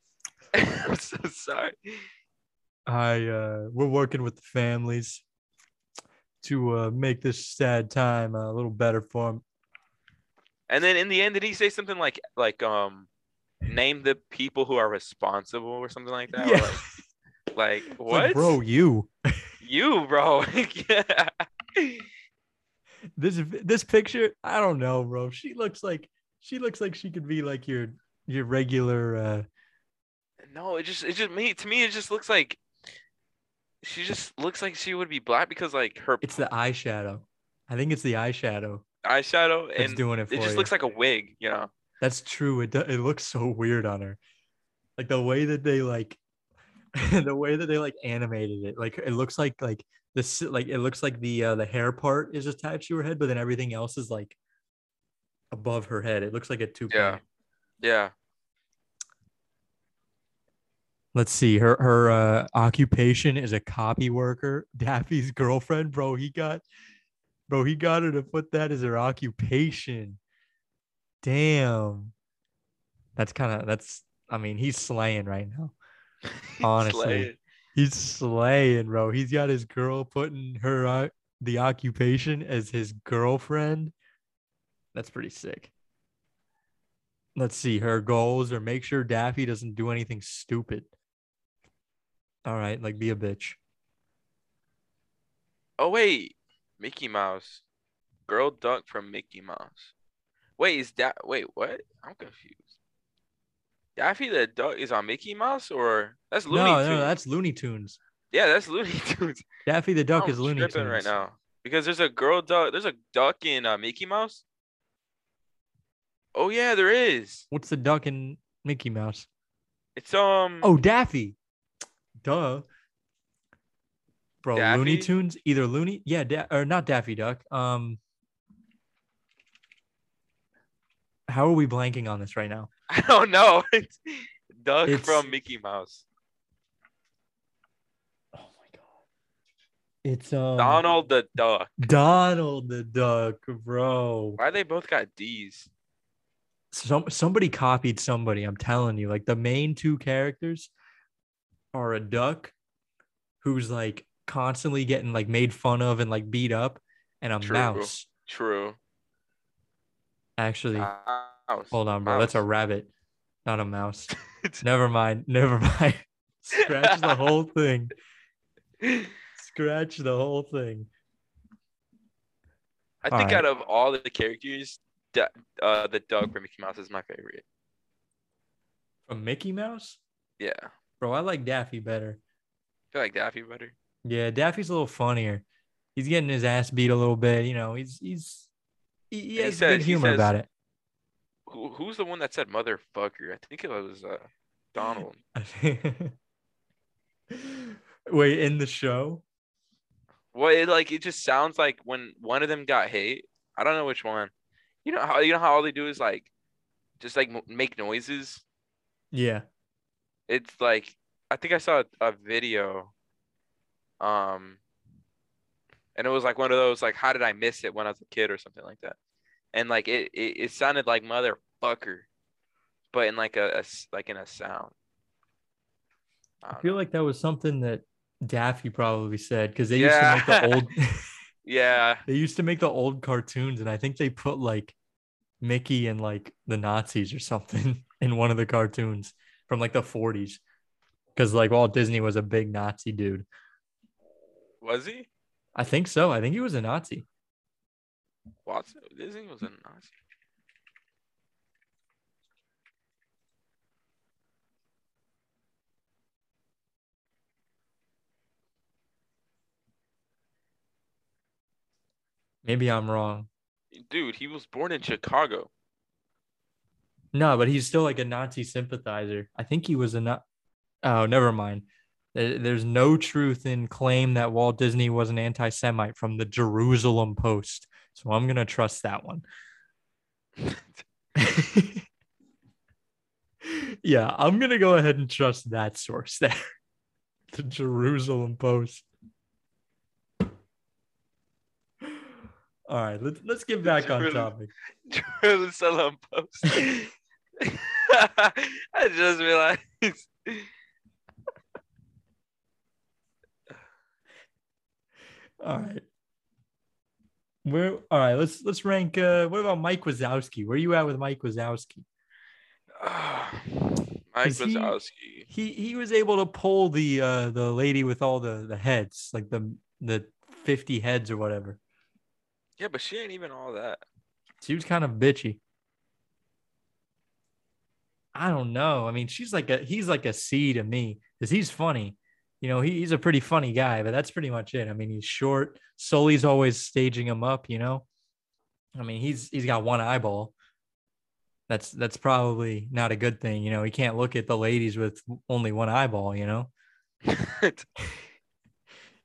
Speaker 2: I'm so sorry."
Speaker 1: I uh, we're working with the families to uh, make this sad time a little better for them.
Speaker 2: And then in the end, did he say something like, "Like, um, name the people who are responsible" or something like that? Or
Speaker 1: Yeah.
Speaker 2: Like, like
Speaker 1: It's
Speaker 2: what,
Speaker 1: like, bro, you
Speaker 2: You, bro. yeah.
Speaker 1: this this picture. I don't know, bro. She looks like she looks like she could be like your your regular. Uh,
Speaker 2: No, it just, it just me. To me, it just looks like. She just looks like she would be black because like her
Speaker 1: it's the eyeshadow. I think it's the eyeshadow
Speaker 2: eyeshadow
Speaker 1: that's
Speaker 2: and
Speaker 1: doing it for
Speaker 2: it just
Speaker 1: you.
Speaker 2: looks like a wig, you know.
Speaker 1: That's true. It do- it looks so weird on her, like the way that they like, the way that they like animated it. Like it looks like like this like it looks like the uh, the hair part is attached to her head, but then everything else is like above her head. It looks like a two.
Speaker 2: Yeah.
Speaker 1: Let's see. Her her uh, occupation is a copy worker. Daffy's girlfriend, bro. He got, bro. He got her to put that as her occupation. Damn. That's kind of that's. I mean, he's slaying right now. Honestly.
Speaker 2: Slay.
Speaker 1: He's slaying, bro. He's got his girl putting her o- the occupation as his girlfriend. That's pretty sick. Let's see her goals or make sure Daffy doesn't do anything stupid. All right, like be a bitch.
Speaker 2: Oh wait, Mickey Mouse, girl duck from Mickey Mouse. Wait, is that wait what? I'm confused. Daffy the duck is on Mickey Mouse or that's Looney
Speaker 1: no,
Speaker 2: Tunes?
Speaker 1: no, that's Looney Tunes.
Speaker 2: yeah, that's Looney Tunes.
Speaker 1: Daffy the Duck
Speaker 2: I'm
Speaker 1: is Looney
Speaker 2: tripping
Speaker 1: Tunes.
Speaker 2: right now because there's a girl duck. There's a duck in uh, Mickey Mouse. Oh yeah, there is.
Speaker 1: What's the duck in Mickey Mouse? Mm.
Speaker 2: It's um.
Speaker 1: Oh, Daffy. Duh. bro. Looney
Speaker 2: Daffy?
Speaker 1: Tunes, either Looney, yeah, da- or not Daffy Duck. Um, how are we blanking on this right now?
Speaker 2: I don't know. It's Doug
Speaker 1: It's-
Speaker 2: from Mickey Mouse.
Speaker 1: Oh my god, it's um,
Speaker 2: Donald the Duck.
Speaker 1: Donald the Duck, bro.
Speaker 2: Why they both got D's?
Speaker 1: Some somebody copied somebody. I'm telling you, like the main two characters are a duck who's like constantly getting like made fun of and like beat up, and a
Speaker 2: True.
Speaker 1: mouse.
Speaker 2: True.
Speaker 1: Actually,
Speaker 2: Mouse.
Speaker 1: Hold on, bro. That's a
Speaker 2: Uh, Mouse.
Speaker 1: rabbit, not a mouse. never mind. Never mind. Scratch the whole thing. Scratch the whole thing.
Speaker 2: I
Speaker 1: All
Speaker 2: think
Speaker 1: right.
Speaker 2: out of all the characters, Du- uh, the Doug from Mickey Mouse is my favorite.
Speaker 1: From Mickey Mouse?
Speaker 2: Yeah, I
Speaker 1: Bro, I like Daffy better.
Speaker 2: feel like Daffy better.
Speaker 1: Yeah, Daffy's a little funnier. He's getting his ass beat a little bit. You know, he's he's he, he
Speaker 2: And he
Speaker 1: has
Speaker 2: says-
Speaker 1: good
Speaker 2: he
Speaker 1: humor
Speaker 2: says-
Speaker 1: about it.
Speaker 2: Who, who's the one that said motherfucker? I think it was uh, Donald.
Speaker 1: Wait, in the show?
Speaker 2: Well, it like it just sounds like when one of them got hate. I don't know which one. You know how you know how all they do is like, just like m- make noises.
Speaker 1: Yeah.
Speaker 2: It's like I think I saw a, a video, um, and it was like one of those like how did I miss it when I was a kid or something like that, and like it it, it sounded like motherfucker, but in like a, a s- like in a sound.
Speaker 1: I
Speaker 2: I don't
Speaker 1: feel
Speaker 2: know.
Speaker 1: like that was something that Daffy probably said because they used to
Speaker 2: Yeah.
Speaker 1: make the old
Speaker 2: yeah,
Speaker 1: they used to make the old cartoons and i think they put like mickey and like the nazis or something in one of the cartoons from like the 40s because like walt disney was a big nazi dude
Speaker 2: was he
Speaker 1: i think so i think he was a nazi
Speaker 2: Watson? Disney was a Nazi.
Speaker 1: maybe i'm wrong
Speaker 2: Dude, he was born in Chicago.
Speaker 1: no but he's still like a nazi sympathizer i think he was a Na- oh never mind There- there's no truth in claim that walt disney was an anti-semite from the jerusalem post so i'm gonna trust that one yeah, I'm gonna go ahead and trust that source there. the Jerusalem Post. All right, let's let's get back on
Speaker 2: Jerusalem-
Speaker 1: topic.
Speaker 2: Jerusalem Post. I just realized.
Speaker 1: All right. Where all right, let's let's rank uh what about Mike Wazowski? Where you at with Mike Wazowski?
Speaker 2: Mike
Speaker 1: Is he-
Speaker 2: Wazowski.
Speaker 1: He he was able to pull the uh the lady with all the the heads, like the the 50 heads or whatever.
Speaker 2: Yeah, but she ain't even all that.
Speaker 1: She was kind of bitchy. I don't know. I mean, she's like a he's like a C to me because he's funny. You know, he, he's a pretty funny guy, but that's pretty much it. I mean, he's short. Sully's always staging him up. You know, I mean, he's he's got one eyeball. That's that's probably not a good thing. You know, he can't look at the ladies with only one eyeball. You know,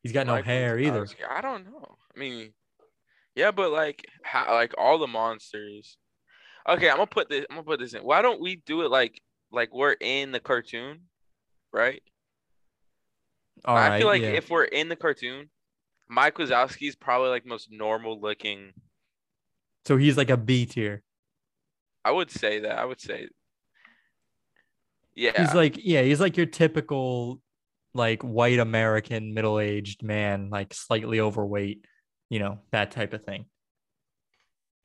Speaker 1: he's got no
Speaker 2: Mike
Speaker 1: hair either.
Speaker 2: Wazowski, I don't know. I mean, yeah, but like, how, like all the monsters. Okay, I'm gonna put this. I'm gonna put this in. Why don't we do it like like we're in the cartoon, right?
Speaker 1: All
Speaker 2: I
Speaker 1: right,
Speaker 2: feel like
Speaker 1: yeah.
Speaker 2: if we're in the cartoon, Mike Wazowski is probably like the most normal looking.
Speaker 1: so, he's like a B tier.
Speaker 2: I would say that. I would say. Yeah.
Speaker 1: He's like, yeah, he's like your typical, like white American middle aged man, like slightly overweight, you know, that type of thing.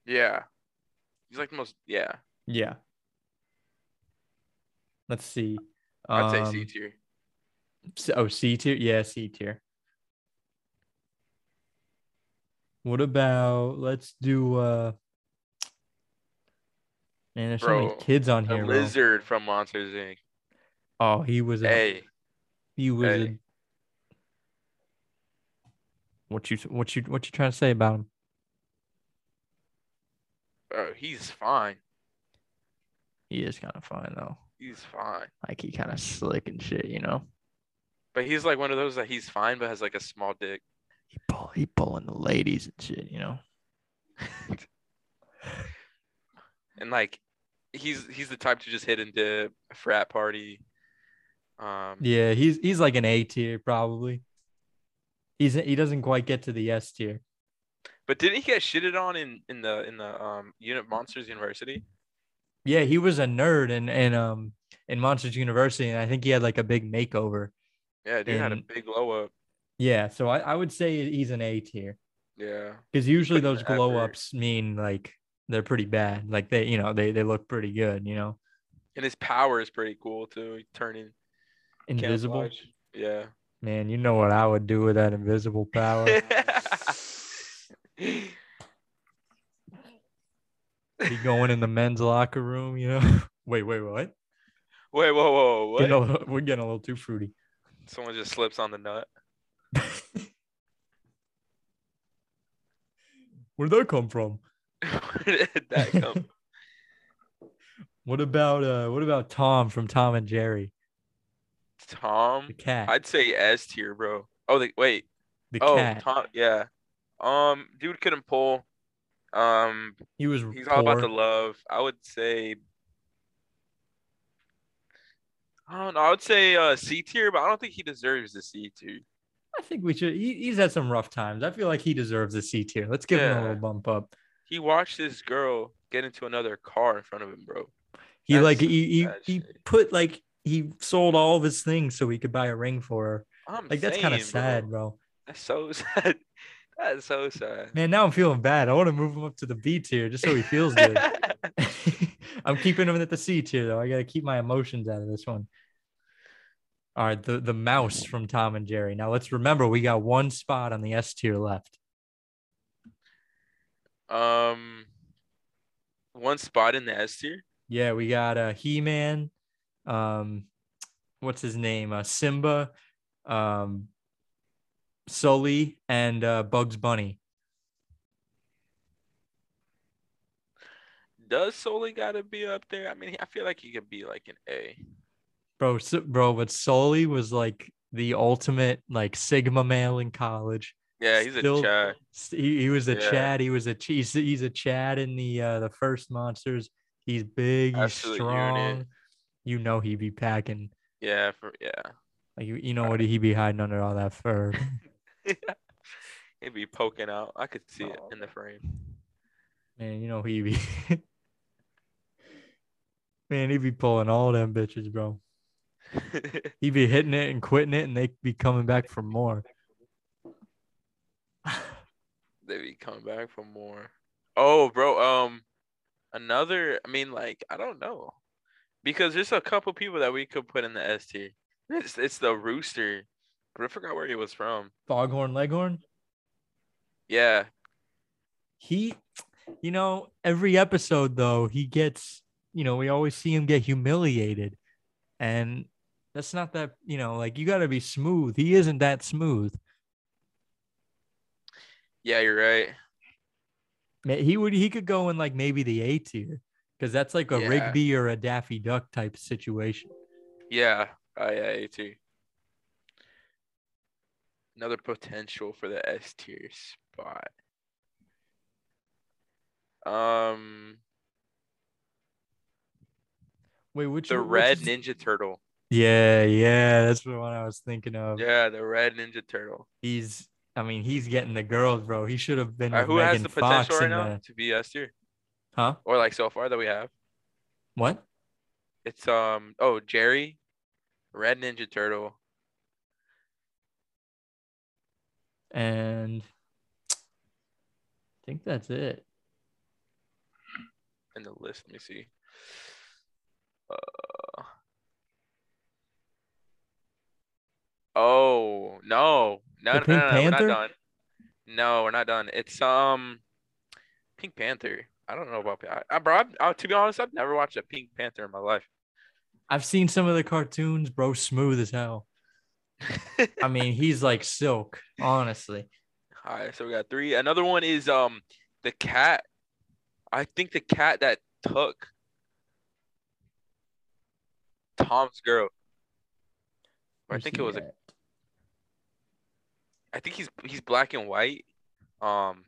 Speaker 2: yeah. He's like the most. Yeah.
Speaker 1: Yeah. Let's see.
Speaker 2: I'd say
Speaker 1: Um,
Speaker 2: C tier.
Speaker 1: s- Oh, C tier. Yeah, C tier. What about let's do uh man, there's so
Speaker 2: Bro,
Speaker 1: many kids on
Speaker 2: The
Speaker 1: here. bro.
Speaker 2: lizard from Monsters Inc.
Speaker 1: Oh, he was a
Speaker 2: Hey,
Speaker 1: he was
Speaker 2: hey.
Speaker 1: a what you what you what you trying to say about him?
Speaker 2: bro, he's fine.
Speaker 1: He is kind of fun though.
Speaker 2: He's fine.
Speaker 1: Like he kind of slick and shit, you know.
Speaker 2: But he's like one of those that he's fine but has like a small dick.
Speaker 1: He pull, he pulling the ladies and shit, you know.
Speaker 2: and like he's he's the type to just hit into a frat party. Um
Speaker 1: Yeah, he's he's like an A tier probably. He's he doesn't quite get to the S tier.
Speaker 2: but didn't he get shitted on in in the in the um unit monsters university?
Speaker 1: Yeah, he was a nerd in in um in Monsters University, and I think he had like a big makeover.
Speaker 2: Yeah, dude had a
Speaker 1: In-
Speaker 2: big glow up.
Speaker 1: Yeah, so I, I would say he's an A tier
Speaker 2: Yeah.
Speaker 1: because usually
Speaker 2: Putting
Speaker 1: those
Speaker 2: the
Speaker 1: glow
Speaker 2: effort.
Speaker 1: ups mean like they're pretty bad. Like they you know they they look pretty good. You know,
Speaker 2: And his power is pretty cool too. He turning
Speaker 1: invisible
Speaker 2: camouflage. Yeah.
Speaker 1: man. You know what I would do with that invisible power? Be going in the men's locker room. You know. wait, wait, what?
Speaker 2: Wait, whoa, whoa, what?
Speaker 1: Getting a little- we're getting a little too fruity.
Speaker 2: Someone just slips on the nut.
Speaker 1: Where did that come from?
Speaker 2: Where did that come?
Speaker 1: What about uh what about Tom from Tom and Jerry?
Speaker 2: Tom.
Speaker 1: The cat.
Speaker 2: I'd say S tier, bro. Oh, the, wait.
Speaker 1: the
Speaker 2: oh,
Speaker 1: cat.
Speaker 2: Tom. Yeah. Um, dude couldn't pull. Um,
Speaker 1: he was
Speaker 2: he's all about the
Speaker 1: poor.
Speaker 2: love. I would say. I don't know. I would say uh, C tier, but I don't think he deserves the C tier.
Speaker 1: I think we should he, he's had some rough times. I feel like he deserves a C tier. Let's give him a
Speaker 2: Yeah.
Speaker 1: little bump up.
Speaker 2: He watched this girl get into another car in front of him, bro.
Speaker 1: He
Speaker 2: That's
Speaker 1: like
Speaker 2: some
Speaker 1: he
Speaker 2: bad
Speaker 1: he, he
Speaker 2: shit.
Speaker 1: put like he sold all of his things so he could buy a ring for her.
Speaker 2: I'm
Speaker 1: Like that's kind of
Speaker 2: saying,
Speaker 1: sad,
Speaker 2: bro.
Speaker 1: bro.
Speaker 2: That's so sad. That's so sad.
Speaker 1: Man, now I'm feeling bad. I want to move him up to the B tier just so he feels good. I'm keeping him at the C tier though. I gotta keep my emotions out of this one. All right, the, the mouse from Tom and Jerry. Now let's remember we got one spot on the S tier left.
Speaker 2: um, one spot in the S tier.
Speaker 1: Yeah, we got uh He Man, um, what's his name? Uh, Simba, um, Sully, and uh, Bugs Bunny.
Speaker 2: Does Soli gotta be up there? I mean, I feel like he could be like an A.
Speaker 1: Bro, Su- bro, but Sully was like the ultimate like Sigma male in college.
Speaker 2: Yeah, he's
Speaker 1: Still-
Speaker 2: a chad.
Speaker 1: S- He, he was a
Speaker 2: Yeah.
Speaker 1: Chad. He was a ch- he's, he's a Chad in the uh, the first monsters. He's big. He's
Speaker 2: Absolute unit.
Speaker 1: strong. You know he be packing.
Speaker 2: Yeah, for yeah.
Speaker 1: Like you, you know what he be hiding under all that fur.
Speaker 2: He'd be poking out. I could see it
Speaker 1: Oh.
Speaker 2: in the frame.
Speaker 1: Man, you know he be. Man, he be pulling all them bitches, bro. He be hitting it and quitting it, and they be coming back for more.
Speaker 2: they be coming back for more. Oh, bro. Um, another. I mean, like, I don't know, because there's a couple people that we could put in the S tier. It's it's the rooster. I forgot where he was from.
Speaker 1: Foghorn Leghorn.
Speaker 2: Yeah,
Speaker 1: He, you know, every episode though he gets. You know, we always see him get humiliated, and that's not that. You know, like you got to be smooth. He isn't that smooth.
Speaker 2: yeah, you're right.
Speaker 1: Ma- He would. He could go in like maybe the A tier because that's like a
Speaker 2: Yeah.
Speaker 1: Rigby or a Daffy Duck type situation.
Speaker 2: Yeah, I yeah, you too. Another potential for the S tier spot. Um,
Speaker 1: Wait, which
Speaker 2: the
Speaker 1: which
Speaker 2: Red
Speaker 1: is-
Speaker 2: Ninja Turtle.
Speaker 1: Yeah, yeah, that's the one I was thinking of.
Speaker 2: Yeah, the Red Ninja Turtle.
Speaker 1: He's, I mean, he's getting the girls, bro. He should have been
Speaker 2: All right,
Speaker 1: with
Speaker 2: Uh, who
Speaker 1: Megan
Speaker 2: has the
Speaker 1: Fox
Speaker 2: potential right
Speaker 1: in
Speaker 2: now
Speaker 1: the,
Speaker 2: to be S tier,
Speaker 1: huh?
Speaker 2: or like so far that we have?
Speaker 1: What?
Speaker 2: It's um oh Jerry, Red Ninja Turtle.
Speaker 1: And I think that's it.
Speaker 2: in the list. Let me see. Uh, oh no, no,
Speaker 1: The
Speaker 2: no,
Speaker 1: Pink
Speaker 2: no, no, we're
Speaker 1: Panther?
Speaker 2: not done. No, we're not done. It's um, Pink Panther. I don't know about I, I, bro. I, I, to be honest, I've never watched a Pink Panther in my life.
Speaker 1: I've seen some of the cartoons, bro. Smooth as hell. I mean, he's like silk, honestly.
Speaker 2: All right, so we got three. Another one is um, the cat. I think the cat that took Tom's girl. Or I
Speaker 1: Where's
Speaker 2: think
Speaker 1: he
Speaker 2: it was a
Speaker 1: at?
Speaker 2: I think he's he's black and white. Um, I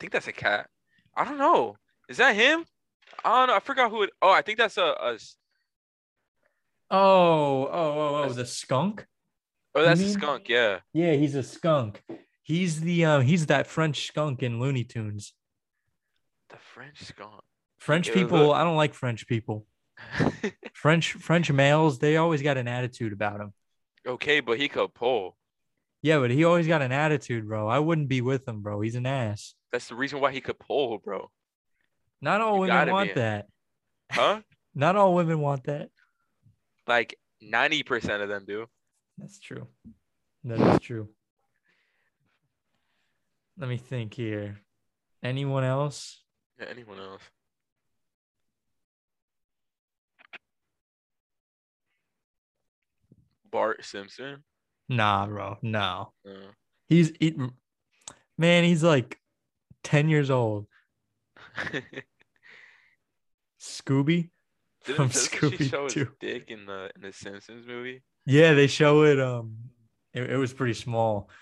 Speaker 2: think that's a cat. I don't know. Is that him? I don't know. I forgot who it. Oh, I think that's a. a s-
Speaker 1: Oh, oh, oh, oh, the skunk.
Speaker 2: oh, that's a
Speaker 1: mean-
Speaker 2: skunk. Yeah.
Speaker 1: Yeah, he's a skunk. He's the uh, he's that French skunk in Looney Tunes.
Speaker 2: The French
Speaker 1: French
Speaker 2: It was a-
Speaker 1: people, I don't like French people.
Speaker 2: skunk.
Speaker 1: French French males, they always got an attitude about them.
Speaker 2: okay, but he could pull.
Speaker 1: Yeah, but he always got an attitude, bro. I wouldn't be with him, bro. He's an ass.
Speaker 2: That's the reason why he could pull, bro.
Speaker 1: Not all
Speaker 2: gotta
Speaker 1: women
Speaker 2: be
Speaker 1: want
Speaker 2: a-
Speaker 1: that.
Speaker 2: Huh?
Speaker 1: Not all women want that.
Speaker 2: like ninety percent of them do.
Speaker 1: That's true. That is true. Let me think here. Anyone else?
Speaker 2: Yeah, anyone else? Bart Simpson.
Speaker 1: Nah, bro. No.
Speaker 2: No.
Speaker 1: He's it, man, he's like 10 years old. Scooby
Speaker 2: Didn't,
Speaker 1: from
Speaker 2: doesn't she show
Speaker 1: Scooby
Speaker 2: his
Speaker 1: Doo.
Speaker 2: dick in the in the Simpsons movie?
Speaker 1: Yeah, they show it. Um, it, it was pretty small.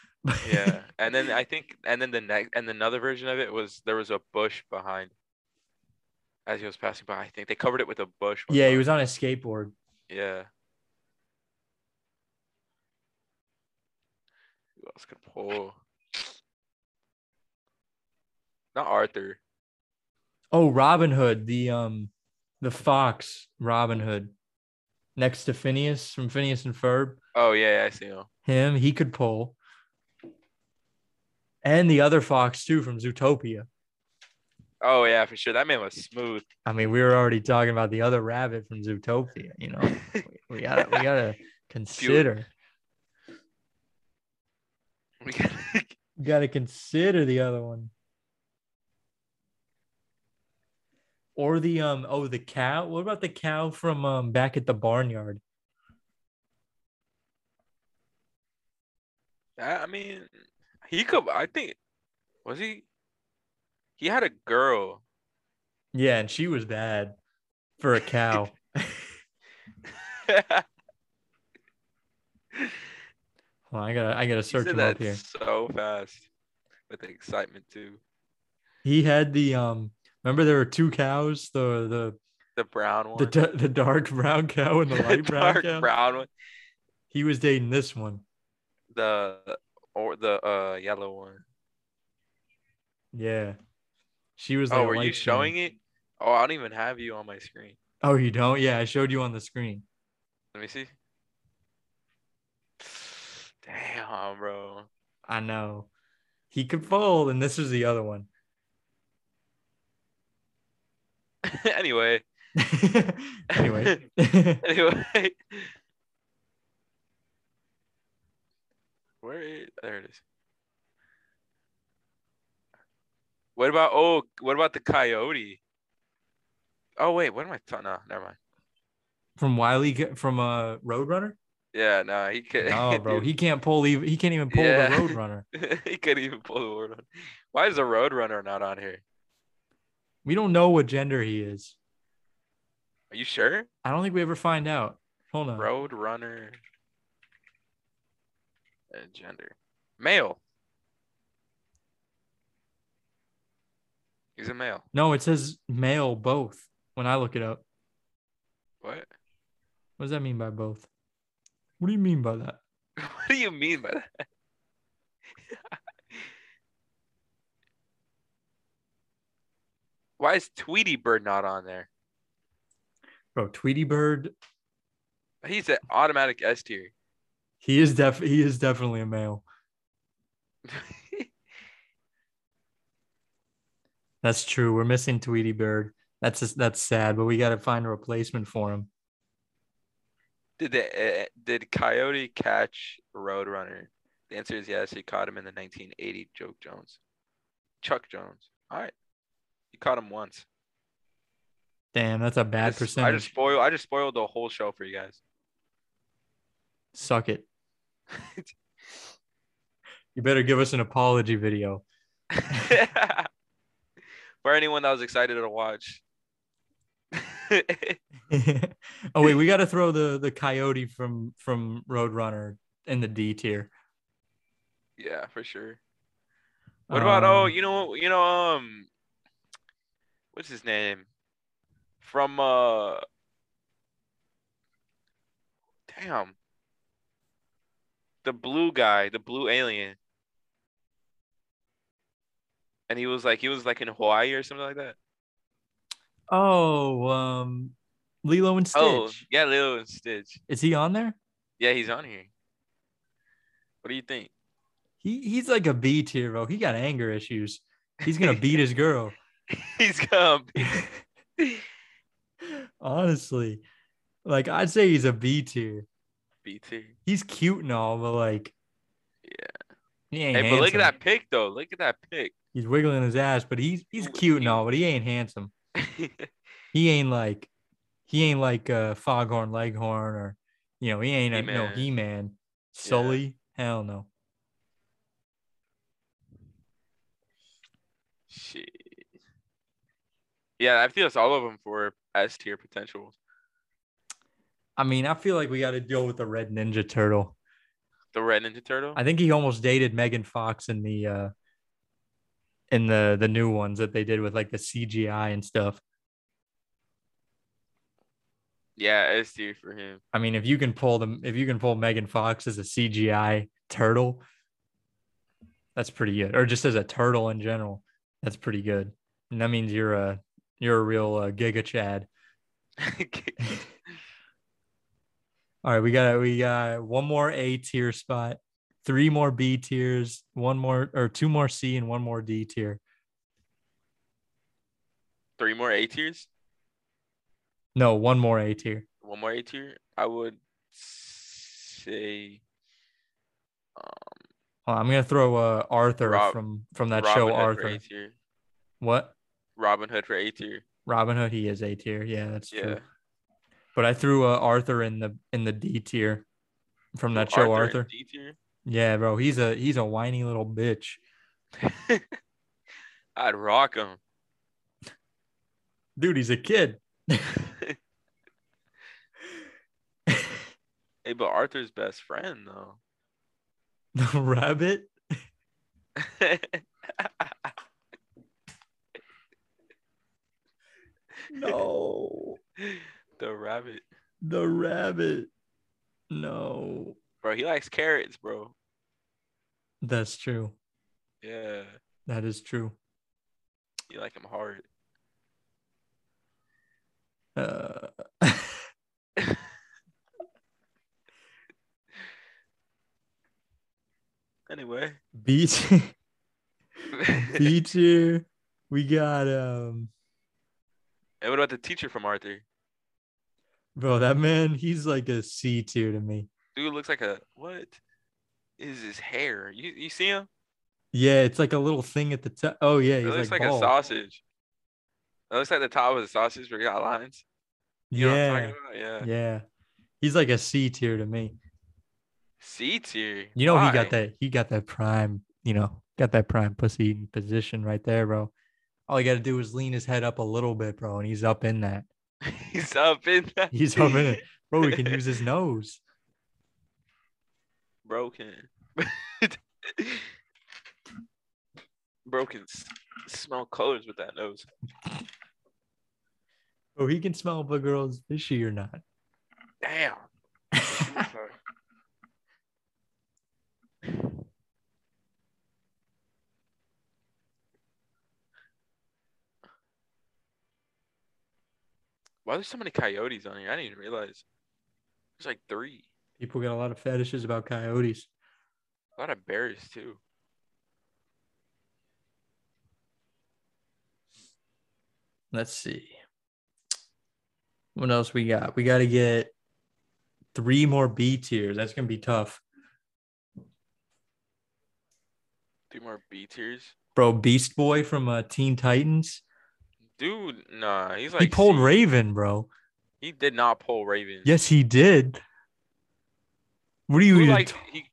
Speaker 2: Yeah, and then I think, and then the next, and another version of it was there was a bush behind. As he was passing by, I think they covered it with a bush. one
Speaker 1: yeah, he
Speaker 2: time.
Speaker 1: was on a skateboard.
Speaker 2: Yeah. Who else could pull? Not Arthur.
Speaker 1: Oh, Robin Hood, the um, the fox Robin Hood, next to Phineas from Phineas and Ferb.
Speaker 2: Oh yeah, yeah, I see him.
Speaker 1: Him, he could pull. And the other fox too from Zootopia.
Speaker 2: Oh yeah, for sure. That man was smooth.
Speaker 1: I mean, we were already talking about the other rabbit from Zootopia. You know, we gotta we gotta consider.
Speaker 2: We gotta-
Speaker 1: You gotta consider the other one. Or the um oh the cow. What about the cow from um back at the barnyard?
Speaker 2: I I mean, he could. I think was he? He had a girl.
Speaker 1: Yeah, and she was bad for a cow. Hold on, I gotta I gotta
Speaker 2: He
Speaker 1: search
Speaker 2: said
Speaker 1: him
Speaker 2: that
Speaker 1: up here.
Speaker 2: so fast with the excitement too.
Speaker 1: He had the um remember there were two cows, the
Speaker 2: The brown
Speaker 1: the
Speaker 2: one.
Speaker 1: the, da- the dark brown cow and the light brown
Speaker 2: dark
Speaker 1: cow.
Speaker 2: brown one.
Speaker 1: He was dating this one.
Speaker 2: The or the uh yellow one.
Speaker 1: Yeah. She was like
Speaker 2: Oh,
Speaker 1: a
Speaker 2: were you
Speaker 1: light skin.
Speaker 2: showing it? Oh, I don't even have you on my screen.
Speaker 1: Oh, you don't? Yeah, I showed you on the screen.
Speaker 2: Let me see. Damn, bro.
Speaker 1: I know. He could fold, and this is the other one.
Speaker 2: anyway,
Speaker 1: anyway.
Speaker 2: anyway. Where is there it is. What about oh what about the coyote? Oh wait, what am I talking? No, never mind.
Speaker 1: from Wiley from a uh, Roadrunner?
Speaker 2: Yeah, no, he could.
Speaker 1: No, bro. He can't pull even he can't even pull
Speaker 2: Yeah.
Speaker 1: the Roadrunner.
Speaker 2: he couldn't even pull the word on. Why is the Roadrunner not on here?
Speaker 1: We don't know what gender he is.
Speaker 2: Are you sure?
Speaker 1: I don't think we ever find out. Hold on.
Speaker 2: Roadrunner. Uh, gender. Male. He's a male.
Speaker 1: No, it says male both when I look it up.
Speaker 2: What?
Speaker 1: What does that mean by both? What do you mean by that?
Speaker 2: What do you mean by that? Why is Tweety Bird not on there?
Speaker 1: Bro, Tweety Bird,
Speaker 2: He's an automatic S tier.
Speaker 1: he is def he is definitely a male. That's true. We're missing Tweety Bird. That's just, that's sad, but we got to find a replacement for him.
Speaker 2: Did the uh, did Coyote catch Roadrunner? The answer is yes. He caught him in the 1980 Joke Jones, Chuck Jones. All right, he caught him once.
Speaker 1: Damn, that's a bad
Speaker 2: This- I
Speaker 1: percentage.
Speaker 2: just spoiled. I just spoiled the whole show for you guys.
Speaker 1: Suck it. You better give us an apology video.
Speaker 2: for anyone that was excited to watch.
Speaker 1: oh wait, we got to throw the the coyote from from Roadrunner in the D tier.
Speaker 2: Yeah, for sure. What about oh,
Speaker 1: Um,
Speaker 2: you know, you know, um, what's his name? From uh, damn, the blue guy, the blue alien, and he was like, he was like in Hawaii or something like that.
Speaker 1: Oh, um, Lilo and Stitch.
Speaker 2: Oh, yeah, Lilo and Stitch.
Speaker 1: Is he on there?
Speaker 2: Yeah, he's on here. What do you think?
Speaker 1: He he's like a B tier, bro. He got anger issues. He's gonna beat his girl.
Speaker 2: He's gonna be
Speaker 1: Honestly, like I'd say he's a B tier.
Speaker 2: BT.
Speaker 1: He's cute and all, but like,
Speaker 2: Yeah.
Speaker 1: he ain't
Speaker 2: Hey, but look
Speaker 1: handsome.
Speaker 2: at that pick though. Look at that pick.
Speaker 1: He's wiggling his ass, but he's he's cute and all, but he ain't handsome. He ain't like, he ain't like uh Foghorn Leghorn or, you know, he ain't a, no
Speaker 2: He-Man.
Speaker 1: He Man. Sully, hell no.
Speaker 2: Shit. Yeah, I feel it's all of them for S tier potential.
Speaker 1: I mean, I feel like we got to deal with the Red Ninja Turtle.
Speaker 2: The Red Ninja Turtle.
Speaker 1: I think he almost dated Megan Fox in the uh in the the new ones that they did with like the CGI and stuff.
Speaker 2: yeah, S tier for him.
Speaker 1: I mean, if you can pull them, if you can pull Megan Fox as a CGI turtle, that's pretty good. Or just as a turtle in general, that's pretty good. And that means you're a you're a real uh, Giga Chad. All right, we got we got one more A tier spot, three more B tiers, one more or two more C and one more D tier.
Speaker 2: Three more A tiers.
Speaker 1: No, one more A tier.
Speaker 2: One more A tier. I would say um,
Speaker 1: Hold on, I'm gonna throw uh, Arthur
Speaker 2: Rob-
Speaker 1: from from that
Speaker 2: Robin
Speaker 1: show
Speaker 2: Hood
Speaker 1: Arthur.
Speaker 2: for A tier.
Speaker 1: What
Speaker 2: Robin Hood for A tier.
Speaker 1: Robin Hood? He is A tier. Yeah, that's
Speaker 2: Yeah.
Speaker 1: true. But I threw uh, Arthur in the in the D tier from that
Speaker 2: Throw
Speaker 1: show Arthur.
Speaker 2: in D tier.
Speaker 1: Yeah, bro, he's a he's a whiny little bitch.
Speaker 2: I'd rock him.
Speaker 1: Dude, he's a kid.
Speaker 2: Hey, but Arthur's best friend though.
Speaker 1: The rabbit. No,
Speaker 2: the rabbit.
Speaker 1: the rabbit. No,
Speaker 2: Bro, he likes carrots, bro.
Speaker 1: that's true.
Speaker 2: Yeah.
Speaker 1: That is true.
Speaker 2: You like him hard.
Speaker 1: Uh,
Speaker 2: Anyway.
Speaker 1: B tier. B tier. We got um.
Speaker 2: And what about the teacher from Arthur?
Speaker 1: Bro, that man, he's like a C tier to me.
Speaker 2: Dude looks like a what? Is his hair? You you see him?
Speaker 1: Yeah, it's like a little thing at the top. Oh yeah,
Speaker 2: It
Speaker 1: he's
Speaker 2: looks
Speaker 1: like,
Speaker 2: like, a
Speaker 1: bald.
Speaker 2: sausage. It looks like the top of the sausage where you got lines. You know what I'm
Speaker 1: yeah,
Speaker 2: talking about? Yeah.
Speaker 1: yeah, he's like a C tier to me.
Speaker 2: C tier.
Speaker 1: You know, he
Speaker 2: Why?
Speaker 1: got that. He got that prime. You know, got that prime pussy eating position right there, bro. All you got to do is lean his head up a little bit, bro, and he's up in that.
Speaker 2: He's up in that.
Speaker 1: He's up in it, bro. We can use his nose.
Speaker 2: Broken. Broken. s- Smell colors with that nose.
Speaker 1: Bro, he can smell if a girl's fishy or not.
Speaker 2: Damn. Why there's so many coyotes on here? I didn't even realize. There's like three.
Speaker 1: People got a lot of fetishes about coyotes.
Speaker 2: A lot of bears too.
Speaker 1: Let's see. What else we got? We got to get three more B tiers. That's going to be tough.
Speaker 2: Three more B tiers.
Speaker 1: Bro, Beast Boy from uh, Teen Titans.
Speaker 2: Dude, nah. He's like
Speaker 1: He pulled
Speaker 2: C.
Speaker 1: Raven, bro.
Speaker 2: He did not pull Raven.
Speaker 1: Yes, he did. What are you
Speaker 2: Who
Speaker 1: even
Speaker 2: liked,
Speaker 1: t-
Speaker 2: he,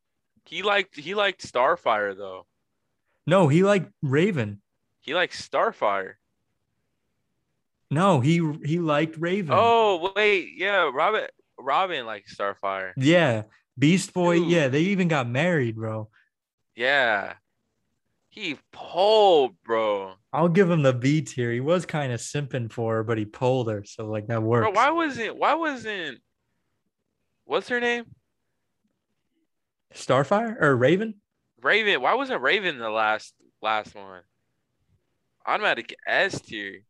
Speaker 2: he liked he liked Starfire though.
Speaker 1: No, he liked Raven.
Speaker 2: He likes Starfire.
Speaker 1: No, he he liked Raven.
Speaker 2: Oh wait, yeah, Robin Robin likes Starfire.
Speaker 1: Yeah. Beast Boy,
Speaker 2: Dude.
Speaker 1: yeah, they even got married, bro.
Speaker 2: Yeah. He pulled, bro.
Speaker 1: I'll give him the B tier. He was kind of simping for her, but he pulled her. So like that works.
Speaker 2: Bro, why wasn't why wasn't what's her name?
Speaker 1: Starfire or Raven?
Speaker 2: Raven. Why wasn't Raven the last last one? Automatic S tier.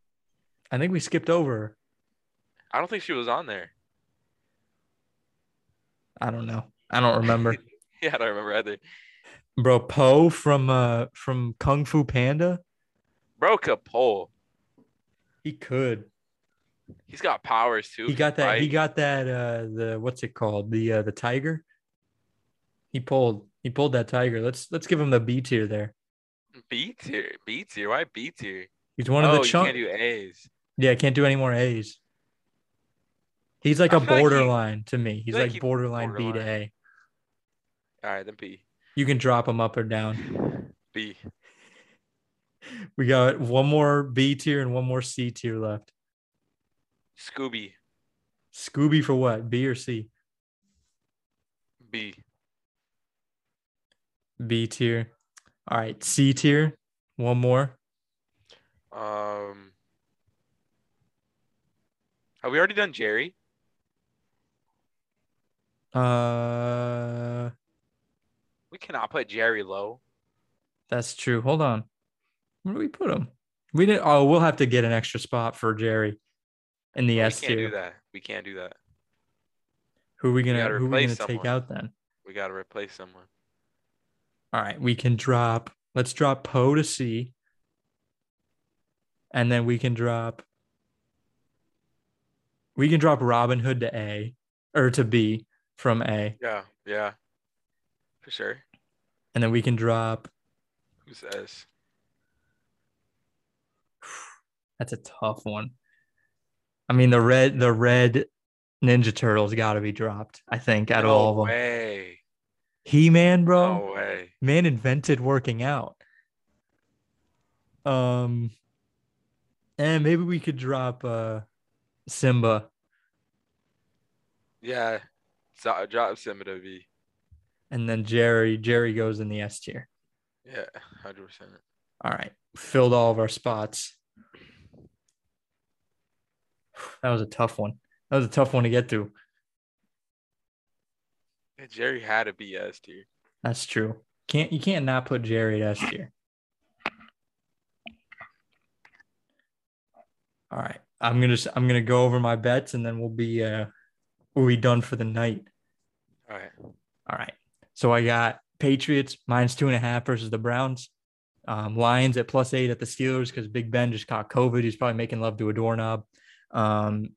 Speaker 1: I think we skipped over. her.
Speaker 2: I don't think she was on there.
Speaker 1: I don't know. I don't remember.
Speaker 2: Yeah, I don't remember either.
Speaker 1: Bro, Poe from uh from Kung Fu Panda.
Speaker 2: Bro could pull.
Speaker 1: He could.
Speaker 2: He's got powers too.
Speaker 1: He got that. He
Speaker 2: right?
Speaker 1: got that. Uh, the what's it called? The uh, the tiger. He pulled. He pulled that tiger. Let's let's give him the B tier there.
Speaker 2: B tier. B tier. Why B tier?
Speaker 1: He's one of
Speaker 2: oh,
Speaker 1: the
Speaker 2: you can't
Speaker 1: chunk.
Speaker 2: do A's.
Speaker 1: yeah, can't do any more A's. He's like
Speaker 2: I
Speaker 1: a
Speaker 2: feel like he-
Speaker 1: borderline to me. He's
Speaker 2: like
Speaker 1: like,
Speaker 2: he-
Speaker 1: borderline, B to
Speaker 2: borderline.
Speaker 1: A.
Speaker 2: All right, then B.
Speaker 1: You can drop him up or down.
Speaker 2: B.
Speaker 1: We got one more B tier and one more C tier left.
Speaker 2: Scooby.
Speaker 1: Scooby for what? B or C?
Speaker 2: B.
Speaker 1: B tier. All right, C tier. One more.
Speaker 2: Um. Have we already done Jerry?
Speaker 1: Uh,
Speaker 2: We cannot put Jerry low.
Speaker 1: that's true. Hold on. Where do we put him? We didn't. Oh, we'll have to get an extra spot for Jerry in the S
Speaker 2: we Oh, can't do
Speaker 1: tier.
Speaker 2: that. We can't do that.
Speaker 1: Who are we gonna
Speaker 2: gotta
Speaker 1: Who are we gonna
Speaker 2: replace
Speaker 1: take
Speaker 2: someone.
Speaker 1: out then?
Speaker 2: We gotta replace someone.
Speaker 1: All right, we can drop. Let's drop Poe to C, and then we can drop. We can drop Robin Hood to A, or to B from A,
Speaker 2: Yeah, yeah, for sure.
Speaker 1: and then we can drop.
Speaker 2: Who's S?
Speaker 1: That's a tough one. I mean, the red, the red Ninja Turtles got to be dropped. I think out of
Speaker 2: no
Speaker 1: all of them,
Speaker 2: way.
Speaker 1: He Man, bro,
Speaker 2: No way.
Speaker 1: man invented working out. Um, and maybe we could drop uh Simba.
Speaker 2: Yeah. So, drop Simba to B.
Speaker 1: and then Jerry Jerry goes in the S tier.
Speaker 2: Yeah, hundred percent.
Speaker 1: All right, filled all of our spots. That was a tough one. That was a tough one to get through.
Speaker 2: Jerry had to be S tier.
Speaker 1: That's true. Can't you can't not put Jerry at S tier. All right, I'm gonna s- I'm gonna go over my bets and then we'll be uh we'll be done for the night.
Speaker 2: All right.
Speaker 1: All right. So I got Patriots minus two and a half versus the Browns. Um, Lions at plus eight at the Steelers because Big Ben just caught COVID. He's probably making love to a doorknob. Um,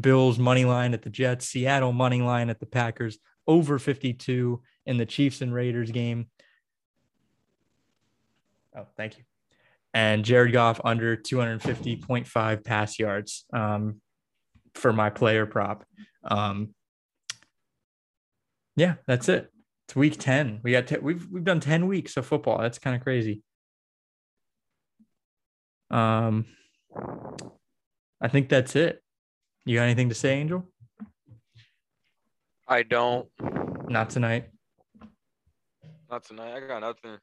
Speaker 1: Bills money line at the Jets. Seattle money line at the Packers. Over 52 in the Chiefs and Raiders game. Oh, thank you. And Jared Goff under 250.5 pass yards um, for my player prop. Um, yeah, that's it. It's week ten. We got te- we've we've done ten weeks of football. That's kind of crazy. Um, I think that's it. You got anything to say, Angel?
Speaker 2: I don't.
Speaker 1: Not tonight.
Speaker 2: Not tonight. I got nothing.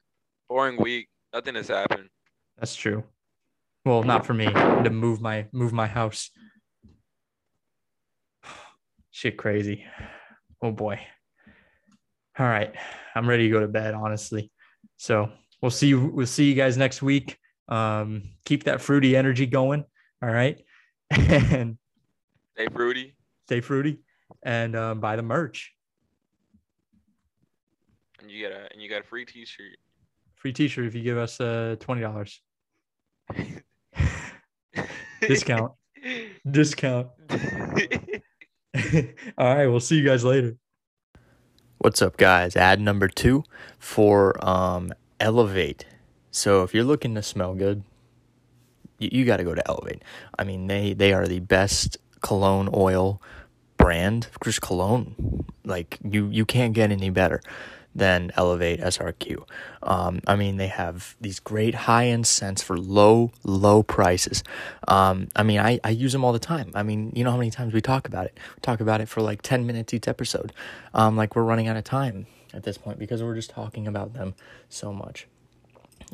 Speaker 2: Boring week. Nothing has happened.
Speaker 1: That's true. Well, not for me. I had to move my move my house. Shit, crazy. Oh boy. All right, I'm ready to go to bed, honestly. So we'll see. you- We'll see you guys next week. Um, keep that fruity energy going. All right, and
Speaker 2: Hey, Fruity.
Speaker 1: stay fruity and uh, buy the merch.
Speaker 2: And you get a and you got a free T-shirt.
Speaker 1: Free T-shirt if you give us uh, twenty dollars discount. discount. All right, we'll see you guys later.
Speaker 4: What's up, guys? Ad number two for um, Elevate. So if you're looking to smell good, you, you got to go to Elevate. I mean, they they are the best cologne oil brand, just cologne. Like you you can't get any better than Elevate SRQ. Um, I mean, they have these great high end scents for low low prices. Um, I mean, I I use them all the time. I mean, you know how many times we talk about it? We talk about it for like ten minutes each episode. Um, like we're running out of time.
Speaker 1: at this point because we're just talking about them so much.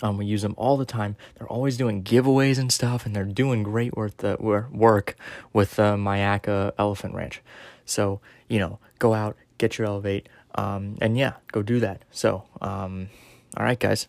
Speaker 1: Um, we use them all the time. They're always doing giveaways and stuff, and they're doing great work, the, wor- work with the Mayaca Elephant Ranch. So, you know, go out, get your Elevate, um, and yeah, go do that. So, um, all right, guys,